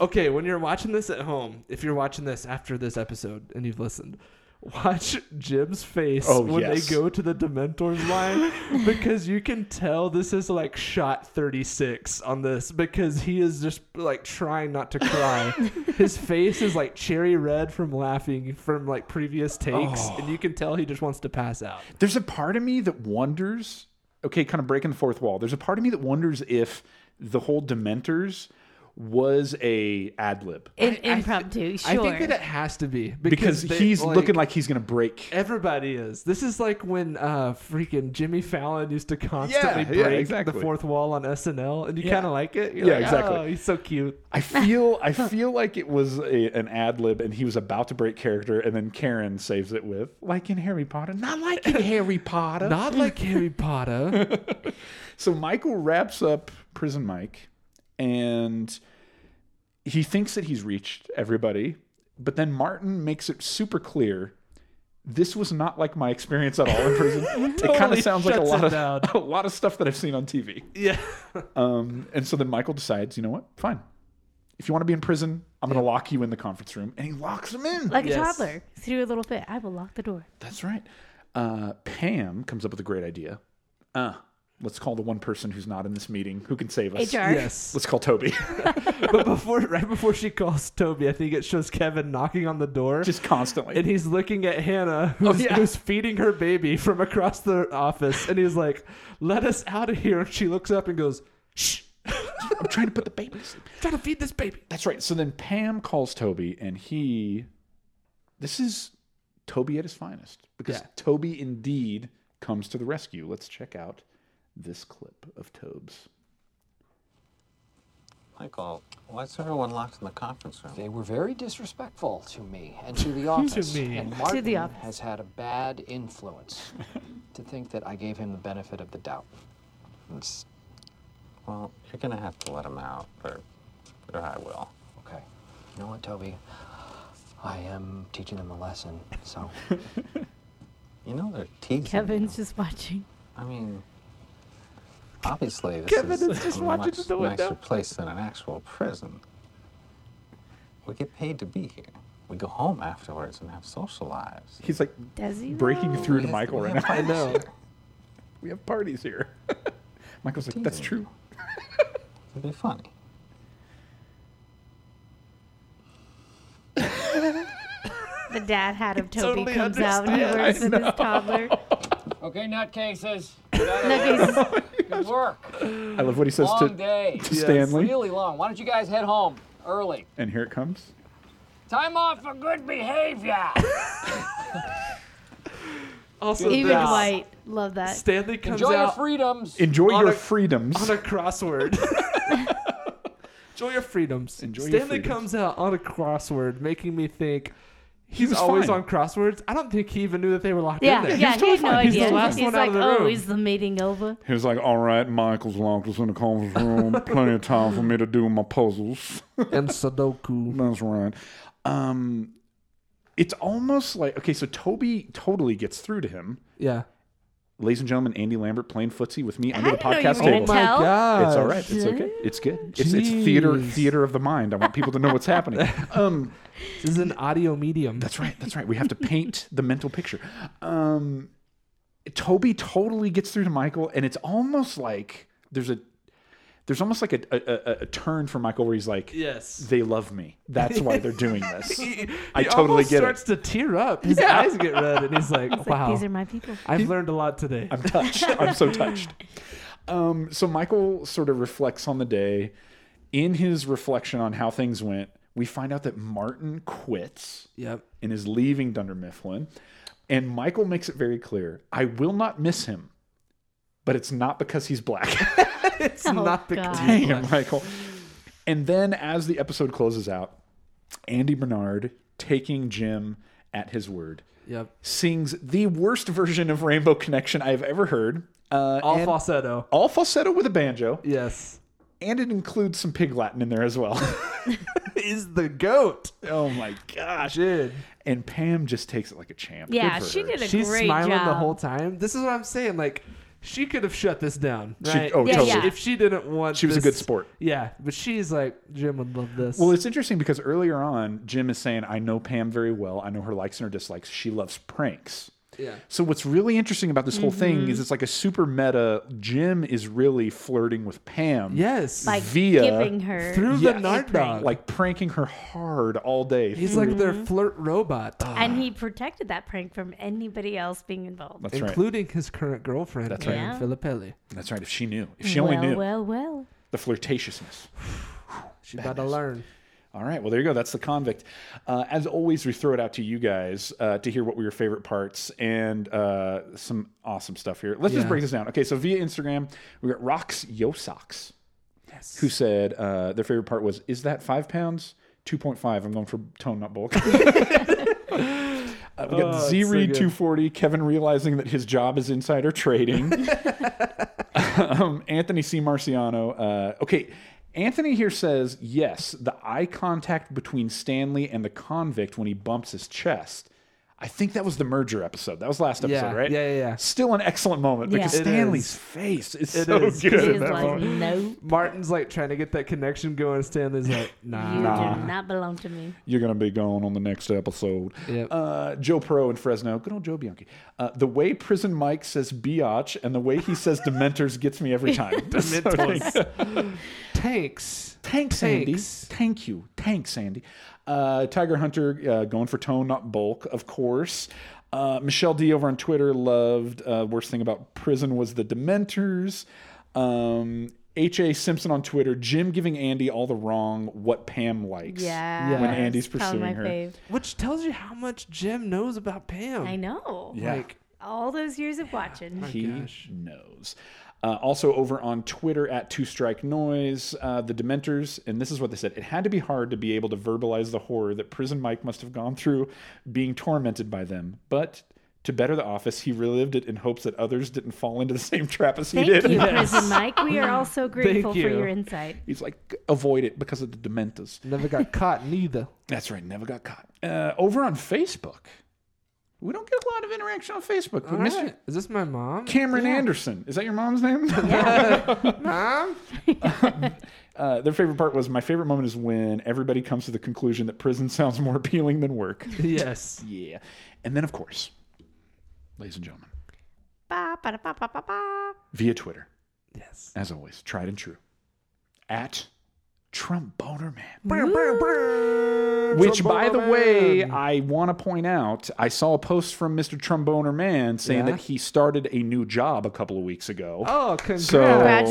S2: Okay, when you're watching this at home, if you're watching this after this episode and you've listened, watch Jim's face
S1: Oh,
S2: when
S1: yes.
S2: they go to the Dementors line because you can tell this is like shot 36 on this because he is just like trying not to cry. His face is like cherry red from laughing from like previous takes,
S1: Oh.
S2: and you can tell he just wants to pass out.
S1: There's a part of me that wonders, okay, kind of breaking the fourth wall. There's a part of me that wonders if the whole Dementors was a ad lib
S3: In, impromptu, sure.
S2: I think that it has to be
S1: because
S2: because, they-
S1: he's looking like he's going to break.
S2: everybody is. This is like when uh freaking Jimmy Fallon used to constantly
S1: Yeah,
S2: break
S1: yeah, exactly.
S2: the fourth wall on SNL, and you kind of like it. You're
S1: Yeah,
S2: like,
S1: exactly.
S2: "Oh, he's so cute.
S1: I feel I feel like it was a, an ad lib and he was about to break character and then Karen saves it with like in Harry Potter, not like in Harry Potter.
S2: Not like Harry Potter.
S1: So Michael wraps up Prison Mike and he thinks that he's reached everybody, but then Martin makes it super clear this was not like my experience at all in prison. it kind of
S2: Totally
S1: sounds like a
S2: shuts
S1: lot of
S2: it down.
S1: a lot of stuff that I've seen on TV.
S2: yeah.
S1: Um, and so then Michael decides, you know what? Fine. If you want to be in prison, I'm going to lock you in the conference room. And he locks him in.
S3: like
S2: Yes.
S3: a toddler. So do a little bit. I will lock the door.
S1: That's right. Uh, Pam comes up with a great idea. Uh, let's call the one person who's not in this meeting who can save us.
S3: HR.
S2: Yes.
S1: Let's call Toby.
S2: But before, right before she calls Toby, I think it shows Kevin knocking on the door.
S1: Just constantly.
S2: and he's looking at Hannah, who's,
S1: yeah.
S2: who's feeding her baby from across the office, and he's like, "Let us out of here!" And she looks up and goes, "Shh,
S1: I'm trying to put the baby to sleep.
S2: trying to feed this baby."
S1: That's right. So then Pam calls Toby, and he. This is Toby at his finest because
S2: Yeah.
S1: Toby indeed comes to the rescue. Let's check out this clip of Tobes.
S7: Michael, why is everyone locked in the conference room?
S8: They were very disrespectful to me and to the office.
S2: me.
S8: And Martin
S3: the office.
S8: has had a bad influence to think that I gave him the benefit of the doubt. It's
S7: Well, you're gonna have to let them out, or, or I will.
S8: okay. You know what, Toby? I am teaching them a lesson, so
S7: You know they're teasing.
S3: Kevin's just watching.
S7: you. I mean, obviously this
S2: Kevin
S7: is,
S2: is just
S7: a
S2: watching
S7: much
S2: through the window.
S7: nicer place than an actual prison. We get paid to be here. We go home afterwards and have social lives.
S1: He's like
S3: Does he?
S1: breaking
S3: though?
S1: through
S7: We
S1: to
S7: have-
S1: Michael
S7: Oh, we
S1: right
S7: have
S1: now.
S7: parties
S2: know.
S7: here.
S1: We have parties here. Michael's like, that's true.
S7: It'd be funny.
S3: The dad hat of Toby
S2: totally
S3: comes out and he
S2: understand.
S3: wears it as toddler.
S8: Okay, nutcases.
S3: Nuggies.
S8: Good work.
S1: I love what he says to,
S8: Long
S1: to
S8: day.
S1: Stanley.
S8: Really long. Why don't you guys head home early?
S1: And here it comes.
S8: Time off for good behavior.
S2: Also,
S3: Even
S2: this-
S3: Dwight. Love that.
S2: Stanley comes
S8: Enjoy your
S2: out
S8: freedoms.
S1: Enjoy
S2: On
S1: your
S2: a-
S1: freedoms.
S2: on a crossword. Enjoy your freedoms.
S1: Enjoy your
S2: Stanley
S1: freedoms.
S2: comes out on a crossword, making me think he's
S1: was
S2: always
S1: fine.
S2: on crosswords. I don't think he even knew that they were locked in
S3: yeah,
S2: there.
S3: yeah,
S2: He's
S3: he had no
S2: fine. He's
S3: idea.
S2: the last one
S3: like,
S2: out of the
S3: oh,
S2: room.
S3: is the meeting over?
S1: He was like, all right, Michael's locked us in the conference room. Plenty of time for me to do my puzzles.
S2: and Sudoku.
S1: That's right. Um, it's almost like, okay, so Toby totally gets through to him.
S2: Yeah.
S1: Ladies and gentlemen, Andy Lambert playing footsie with me under
S3: I
S1: the
S3: didn't know you
S1: podcast
S3: were gonna
S1: table.
S3: tell- Tell?
S2: Oh god.
S1: It's all right. It's okay. It's good. It's, it's theater
S2: Jeez.
S1: theater of the mind. I want people to know what's happening. Um,
S2: This is an audio medium.
S1: That's right. That's right. We have to paint the mental picture. Um, Toby totally gets through to Michael, and it's almost like there's a there's almost like a a, a, a turn for Michael where he's like,
S2: yes.
S1: "They love me. That's why they're doing this." I
S2: he
S1: totally
S2: almost
S1: get
S2: starts
S1: it.
S2: to tear up. His eyes get red, and he's like,
S3: It's like,
S2: "Wow,
S3: these are my people.
S2: I've learned a lot today."
S1: I'm touched. I'm so touched. Um, so Michael sort of reflects on the day. In his reflection on how things went, we find out that Martin quits.
S2: yep.
S1: and is leaving Dunder Mifflin. And Michael makes it very clear I will not miss him, but it's not because he's black.
S2: It's not the
S3: Oh, God.
S1: Damn, Michael. And then as the episode closes out, Andy Bernard taking Jim at his word
S2: Yep.
S1: sings the worst version of Rainbow Connection I've ever heard. Uh,
S2: All
S1: and-
S2: falsetto.
S1: all falsetto with a banjo,
S2: Yes.
S1: and it includes some pig Latin in there as well.
S2: Is the goat.
S1: oh my gosh.
S2: Dude.
S1: And Pam just takes it like a champ.
S3: Yeah,
S1: Good for
S3: she
S1: her.
S3: did a
S2: She's
S3: great
S2: smiling
S3: job.
S2: the whole time. This is what I'm saying. Like, she could have shut this down.
S1: She-
S2: Right?
S1: oh,
S3: Yeah, totally. yeah.
S2: If she didn't want
S1: She was a
S2: this-
S1: good sport.
S2: Yeah, but she's like, Jim would love this.
S1: Well, it's interesting because earlier on, Jim is saying, I know Pam very well. I know her likes and her dislikes. She loves pranks.
S2: yeah.
S1: So, what's really interesting about this whole thing
S3: Mm-hmm.
S1: is it's like a super meta. Jim is really flirting with Pam.
S2: Yes.
S3: Like
S1: via-
S3: giving her.
S2: through
S1: Yes.
S2: the Nard Dog.
S1: Like pranking her hard all day.
S2: he's like their
S3: mm-hmm.
S2: flirt robot,
S3: and he protected that prank from anybody else being involved.
S1: That's right.
S2: including his current girlfriend,
S1: That's
S3: right.
S2: Anne
S3: Yeah.
S2: Filippelli.
S1: That's right. If she knew, if she only
S3: Mm, well,
S1: knew
S3: well, well.
S1: the flirtatiousness.
S2: She about to learn.
S1: All right. Well, there you go. That's the convict. Uh, as always, we throw it out to you guys uh, to hear what were your favorite parts and uh, some awesome stuff here. Let's just
S2: Yeah.
S1: break this down. Okay. So via Instagram, we got Rocks Yosocks, yes. who said uh, their favorite part was, "Is that five pounds? Two point five. I'm going for tone, not bulk." Uh, we got
S2: Oh, it's so
S1: Z Reed
S2: good.
S1: 240, Kevin realizing that his job is insider trading. um, Anthony C. Marciano. Uh, okay, Anthony here says yes, the eye contact between Stanley and the convict when he bumps his chest. I think that was the merger episode. That was last episode,
S2: Yeah,
S1: right?
S2: yeah, yeah, yeah.
S1: Still an excellent moment because
S3: Yeah.
S2: It
S1: Stanley's
S2: is.
S1: face is
S2: It
S1: so
S2: is.
S1: good.
S3: She
S1: in
S3: is
S1: that
S3: like,
S1: moment.
S3: no, you
S2: Martin's like trying to get that connection going. Stanley's like, nah.
S3: do not belong to me.
S1: You're gonna be gone on the next episode.
S2: Yep.
S1: Uh, Joe Pro in Fresno, good old Joe Bianchi. Uh, the way Prison Mike says biatch and the way he says Dementors gets me every time.
S2: Dementors. Tanks.
S1: Thanks, Sandy.
S2: Thanks.
S1: Thank you. Thanks, Sandy. Uh, Tiger Hunter uh, going for tone, not bulk, of course. Uh, Michelle D over on Twitter loved uh, worst thing about prison was the Dementors. Um, H. A. Simpson on Twitter, Jim giving Andy all the wrong what Pam likes.
S3: Yeah.
S2: When
S1: Andy's
S3: it's probably
S1: pursuing
S3: my
S1: her.
S3: Fave.
S2: Which tells you how much Jim knows about Pam.
S3: I know.
S1: Yeah.
S2: Like,
S3: All those years of watching.
S1: he
S2: gosh.
S1: knows. Uh, also, over on Twitter at Two Strike Noise, uh, the Dementors, and this is what they said: it had to be hard to be able to verbalize the horror that Prison Mike must have gone through, being tormented by them. But to better the office, he relived it in hopes that others didn't fall into the same trap as he
S3: Thank
S1: did.
S3: you, Prison Mike. We are all so grateful for
S2: you.
S3: your insight.
S1: He's like, avoid it because of the Dementors.
S2: never got caught neither.
S1: That's right, never got caught. Uh, over on Facebook, we don't get a lot of interaction on Facebook. We
S2: All
S1: missed
S2: right.
S1: you.
S2: Is this my mom?
S1: Cameron Anderson. Is that your mom's name?
S2: Mom?
S1: Uh, their favorite part was my favorite moment is when everybody comes to the conclusion that prison sounds more appealing than work.
S2: yes.
S1: yeah. And then, of course, ladies and gentlemen,
S3: Ba, ba, da, ba, ba, ba, ba.
S1: via Twitter,
S2: Yes.
S1: as always, tried and true, at Tromboner Man. Which, by the way, I want to point out, I saw a post from Mr. Tromboner Man saying
S2: Yeah.
S1: that he started a new job a couple of weeks ago.
S2: Oh, congrats.
S1: so, hope that's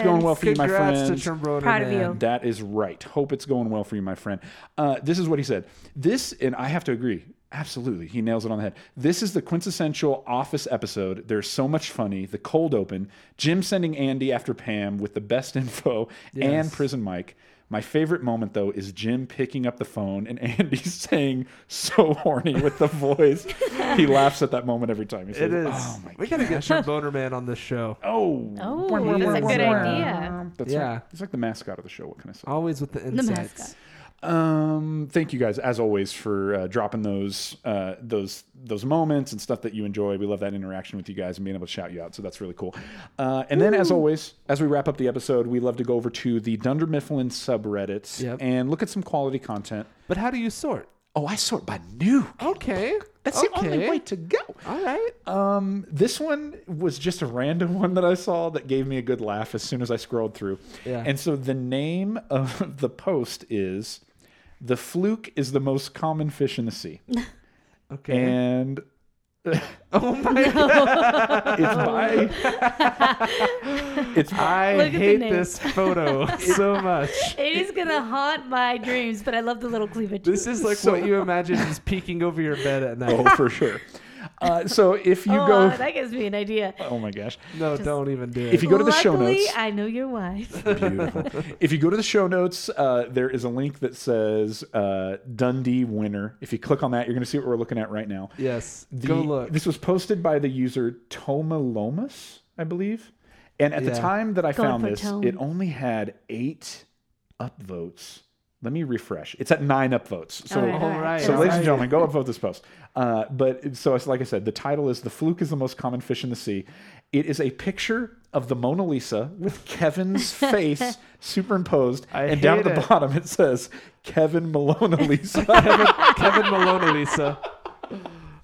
S1: going
S3: Congratulations.
S1: well for you, my
S2: Congrats
S1: friends.
S2: to Trombone
S3: Proud of
S2: Man.
S3: you.
S1: That is right. Hope it's going well for you, my friend. Uh, this is what he said. This, and I have to agree, absolutely. He nails it on the head. This is the quintessential office episode. There's so much funny. The cold open, Jim sending Andy after Pam with the best info, and Prison Mike. My favorite moment though is Jim picking up the phone and Andy saying "so horny" with the voice. he laughs at that moment every time. He says,
S2: It is.
S1: Oh my
S2: we got to get Trombone Man on this show.
S1: Oh,
S3: Oh, that's a good idea.
S1: That's
S2: Yeah.
S1: right. He's like the mascot of the show. What can I say?
S2: Always with the
S3: The
S2: insights.
S3: mascot.
S1: Um, thank you guys as always for uh, dropping those uh, those those moments and stuff that you enjoy. We love that interaction with you guys and being able to shout you out. So that's really cool. Uh, and then as always, as we wrap up the episode, we love to go over to the Dunder Mifflin subreddits
S2: Yep.
S1: and look at some quality content.
S2: But how do you sort?
S1: Oh, I sort by new.
S2: Okay.
S1: That's the
S2: Oh, okay.
S1: only way to go.
S2: All right.
S1: Um, this one was just a random one that I saw that gave me a good laugh as soon as I scrolled through.
S2: Yeah.
S1: And so the name of the post is The Fluke is the most common fish in the sea.
S2: Okay.
S1: and
S2: oh my
S1: it's by it's by
S2: I
S3: Look at the
S2: hate
S3: name.
S2: this photo so much.
S3: It is going to haunt my dreams, but I love the little cleavage.
S2: This is like what you imagine is peeking over your bed at night.
S1: oh for sure. Uh, so if you
S3: oh,
S1: go,
S3: wow, that gives me an idea.
S1: oh my gosh,
S2: No, don't even do it.
S1: if you go to the show
S3: Luckily,
S1: notes,
S3: I know your wife.
S1: Beautiful. if you go to the show notes, uh, there is a link that says uh, Dundee winner. If you click on that, you're going to see what we're looking at right now.
S2: yes,
S1: The-
S2: go look.
S1: This was posted by the user Toma Lomas, I believe. And at the
S2: Yeah.
S1: time that I
S3: Going
S1: found
S3: for
S1: this,
S3: Tome.
S1: it only had eight upvotes. Let me refresh. It's at nine upvotes. So,
S3: All right, all
S2: All right.
S3: right.
S1: so
S2: Yeah.
S1: ladies and gentlemen, go upvote this post. Uh, but it- so, it's, like I said, the title is "The Fluke is the Most Common Fish in the Sea." It is a picture of the Mona Lisa with Kevin's face superimposed,
S2: I
S1: and down at
S2: hate
S1: the
S2: it.
S1: bottom it says "Kevin Malona Lisa."
S2: Kevin Malone, Lisa.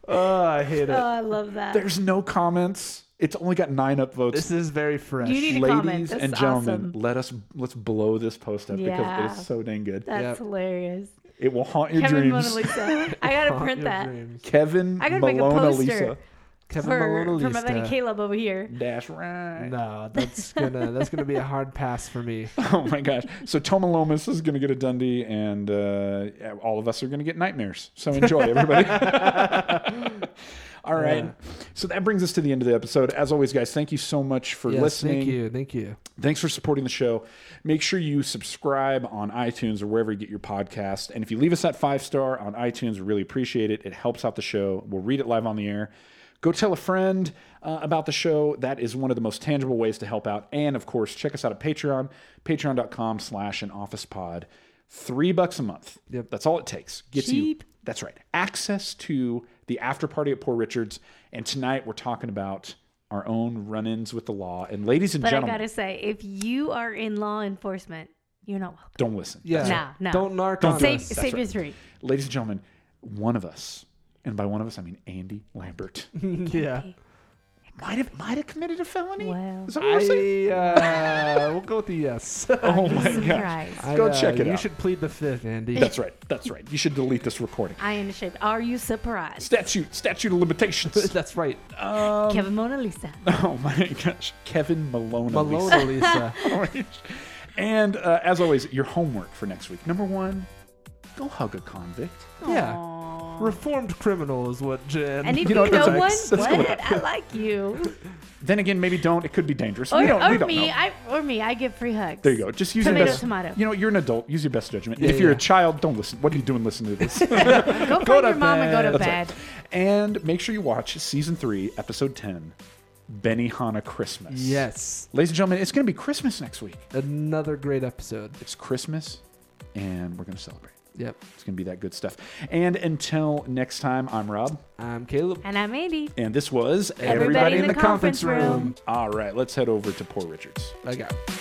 S2: Oh, I hate it.
S3: Oh, I love that.
S1: There's no comments. It's only got nine upvotes.
S2: this is very fresh.
S3: You need to comment.
S1: Ladies
S3: That's
S1: and gentlemen,
S3: awesome.
S1: let us let's blow this post up because it
S3: Yeah.
S1: is so dang good.
S3: That's
S2: Yep.
S3: hilarious.
S1: It will haunt your
S3: Kevin
S1: dreams.
S3: Mona Lisa. I gotta print
S2: Your
S3: that.
S2: dreams.
S1: Kevin
S3: I gotta make a
S1: Malona
S3: poster.
S1: Lisa.
S2: Kevin
S3: For,
S2: Malone,
S3: for my buddy
S2: Lisa.
S3: Caleb over here.
S1: Dash right.
S2: No, that's gonna that's gonna be a hard pass for me.
S1: Oh my gosh. So Toma Lomas is going to get a Dundee, and uh, all of us are going to get nightmares. So enjoy, everybody. all right.
S2: Yeah.
S1: So that brings us to the end of the episode. As always, guys, thank you so much for
S2: Yes,
S1: listening.
S2: Thank you, thank you.
S1: Thanks for supporting the show. Make sure you subscribe on iTunes or wherever you get your podcast. And if you leave us that five star on iTunes, we really appreciate it. It helps out the show. We'll read it live on the air. Go tell a friend uh, about the show. That is one of the most tangible ways to help out. And of course, check us out at Patreon, patreon.com slash an office pod. Three bucks a month.
S2: Yep.
S1: That's all it takes. Gets
S3: Cheap.
S1: you that's right. Access to the after party at Poor Richards. And tonight we're talking about our own run-ins with the law. And ladies and
S3: But
S1: gentlemen.
S3: I gotta say, if you are in law enforcement, you're not welcome.
S1: Don't listen.
S2: Yeah,
S3: No, no.
S2: don't narc
S1: Don't
S2: on
S1: do
S3: Save,
S1: it.
S2: us.
S1: Oh, That's
S3: save
S1: right.
S3: your three.
S1: Ladies and gentlemen, one of us, and by one of us I mean Andy Lambert,
S2: Yeah,
S1: might have might have committed a felony.
S3: Well.
S1: Is that what we're saying?
S2: I, uh, we'll go with the yes.
S1: Oh my gosh.
S3: Surprise.
S1: Go
S2: I, uh,
S1: check it
S2: You
S1: out.
S2: should plead the fifth, Andy.
S1: That's right. That's right. You should delete this recording.
S3: I am ashamed. Are you surprised?
S1: Statute, statute of limitations.
S2: that's right.
S3: Kevin Mona Lisa.
S1: oh my gosh. Kevin Malone.
S2: Malone, Lisa.
S1: And uh, as always, your homework for next week. Number one, go hug a convict.
S2: yeah,
S3: Aw.
S2: reformed criminal is what Jen.
S3: And if
S1: You
S3: you,
S1: know,
S3: know
S1: that's
S3: one,
S1: nice. That's cool.
S3: what? I like you.
S1: Then again, maybe don't. It could be dangerous.
S3: Or,
S1: we don't,
S3: or
S1: we don't
S3: me,
S1: know.
S3: I or me, I give free hugs.
S1: There you go. Just use your
S3: Tomato,
S1: best.
S3: tomato.
S1: You know, you're an adult. Use your best judgment.
S2: Yeah,
S1: if you're
S2: yeah.
S1: a child, don't listen. What are you doing listening to this?
S3: Go,
S2: Go
S3: find
S2: to
S3: your mom and go to
S2: bed.
S3: bed.
S1: And make sure you watch season three, episode 10, Benihana Christmas.
S2: yes,
S1: Ladies and gentlemen, it's going to be Christmas next week.
S2: another great episode.
S1: It's Christmas, and we're going to celebrate.
S2: Yep,
S1: It's going to be that good stuff. And until next time, I'm Rob,
S2: I'm Caleb.
S3: And I'm Andy.
S1: and this was
S3: Everybody in the Conference Room.
S1: All right, let's head over to Poor Richards.
S2: I got. it.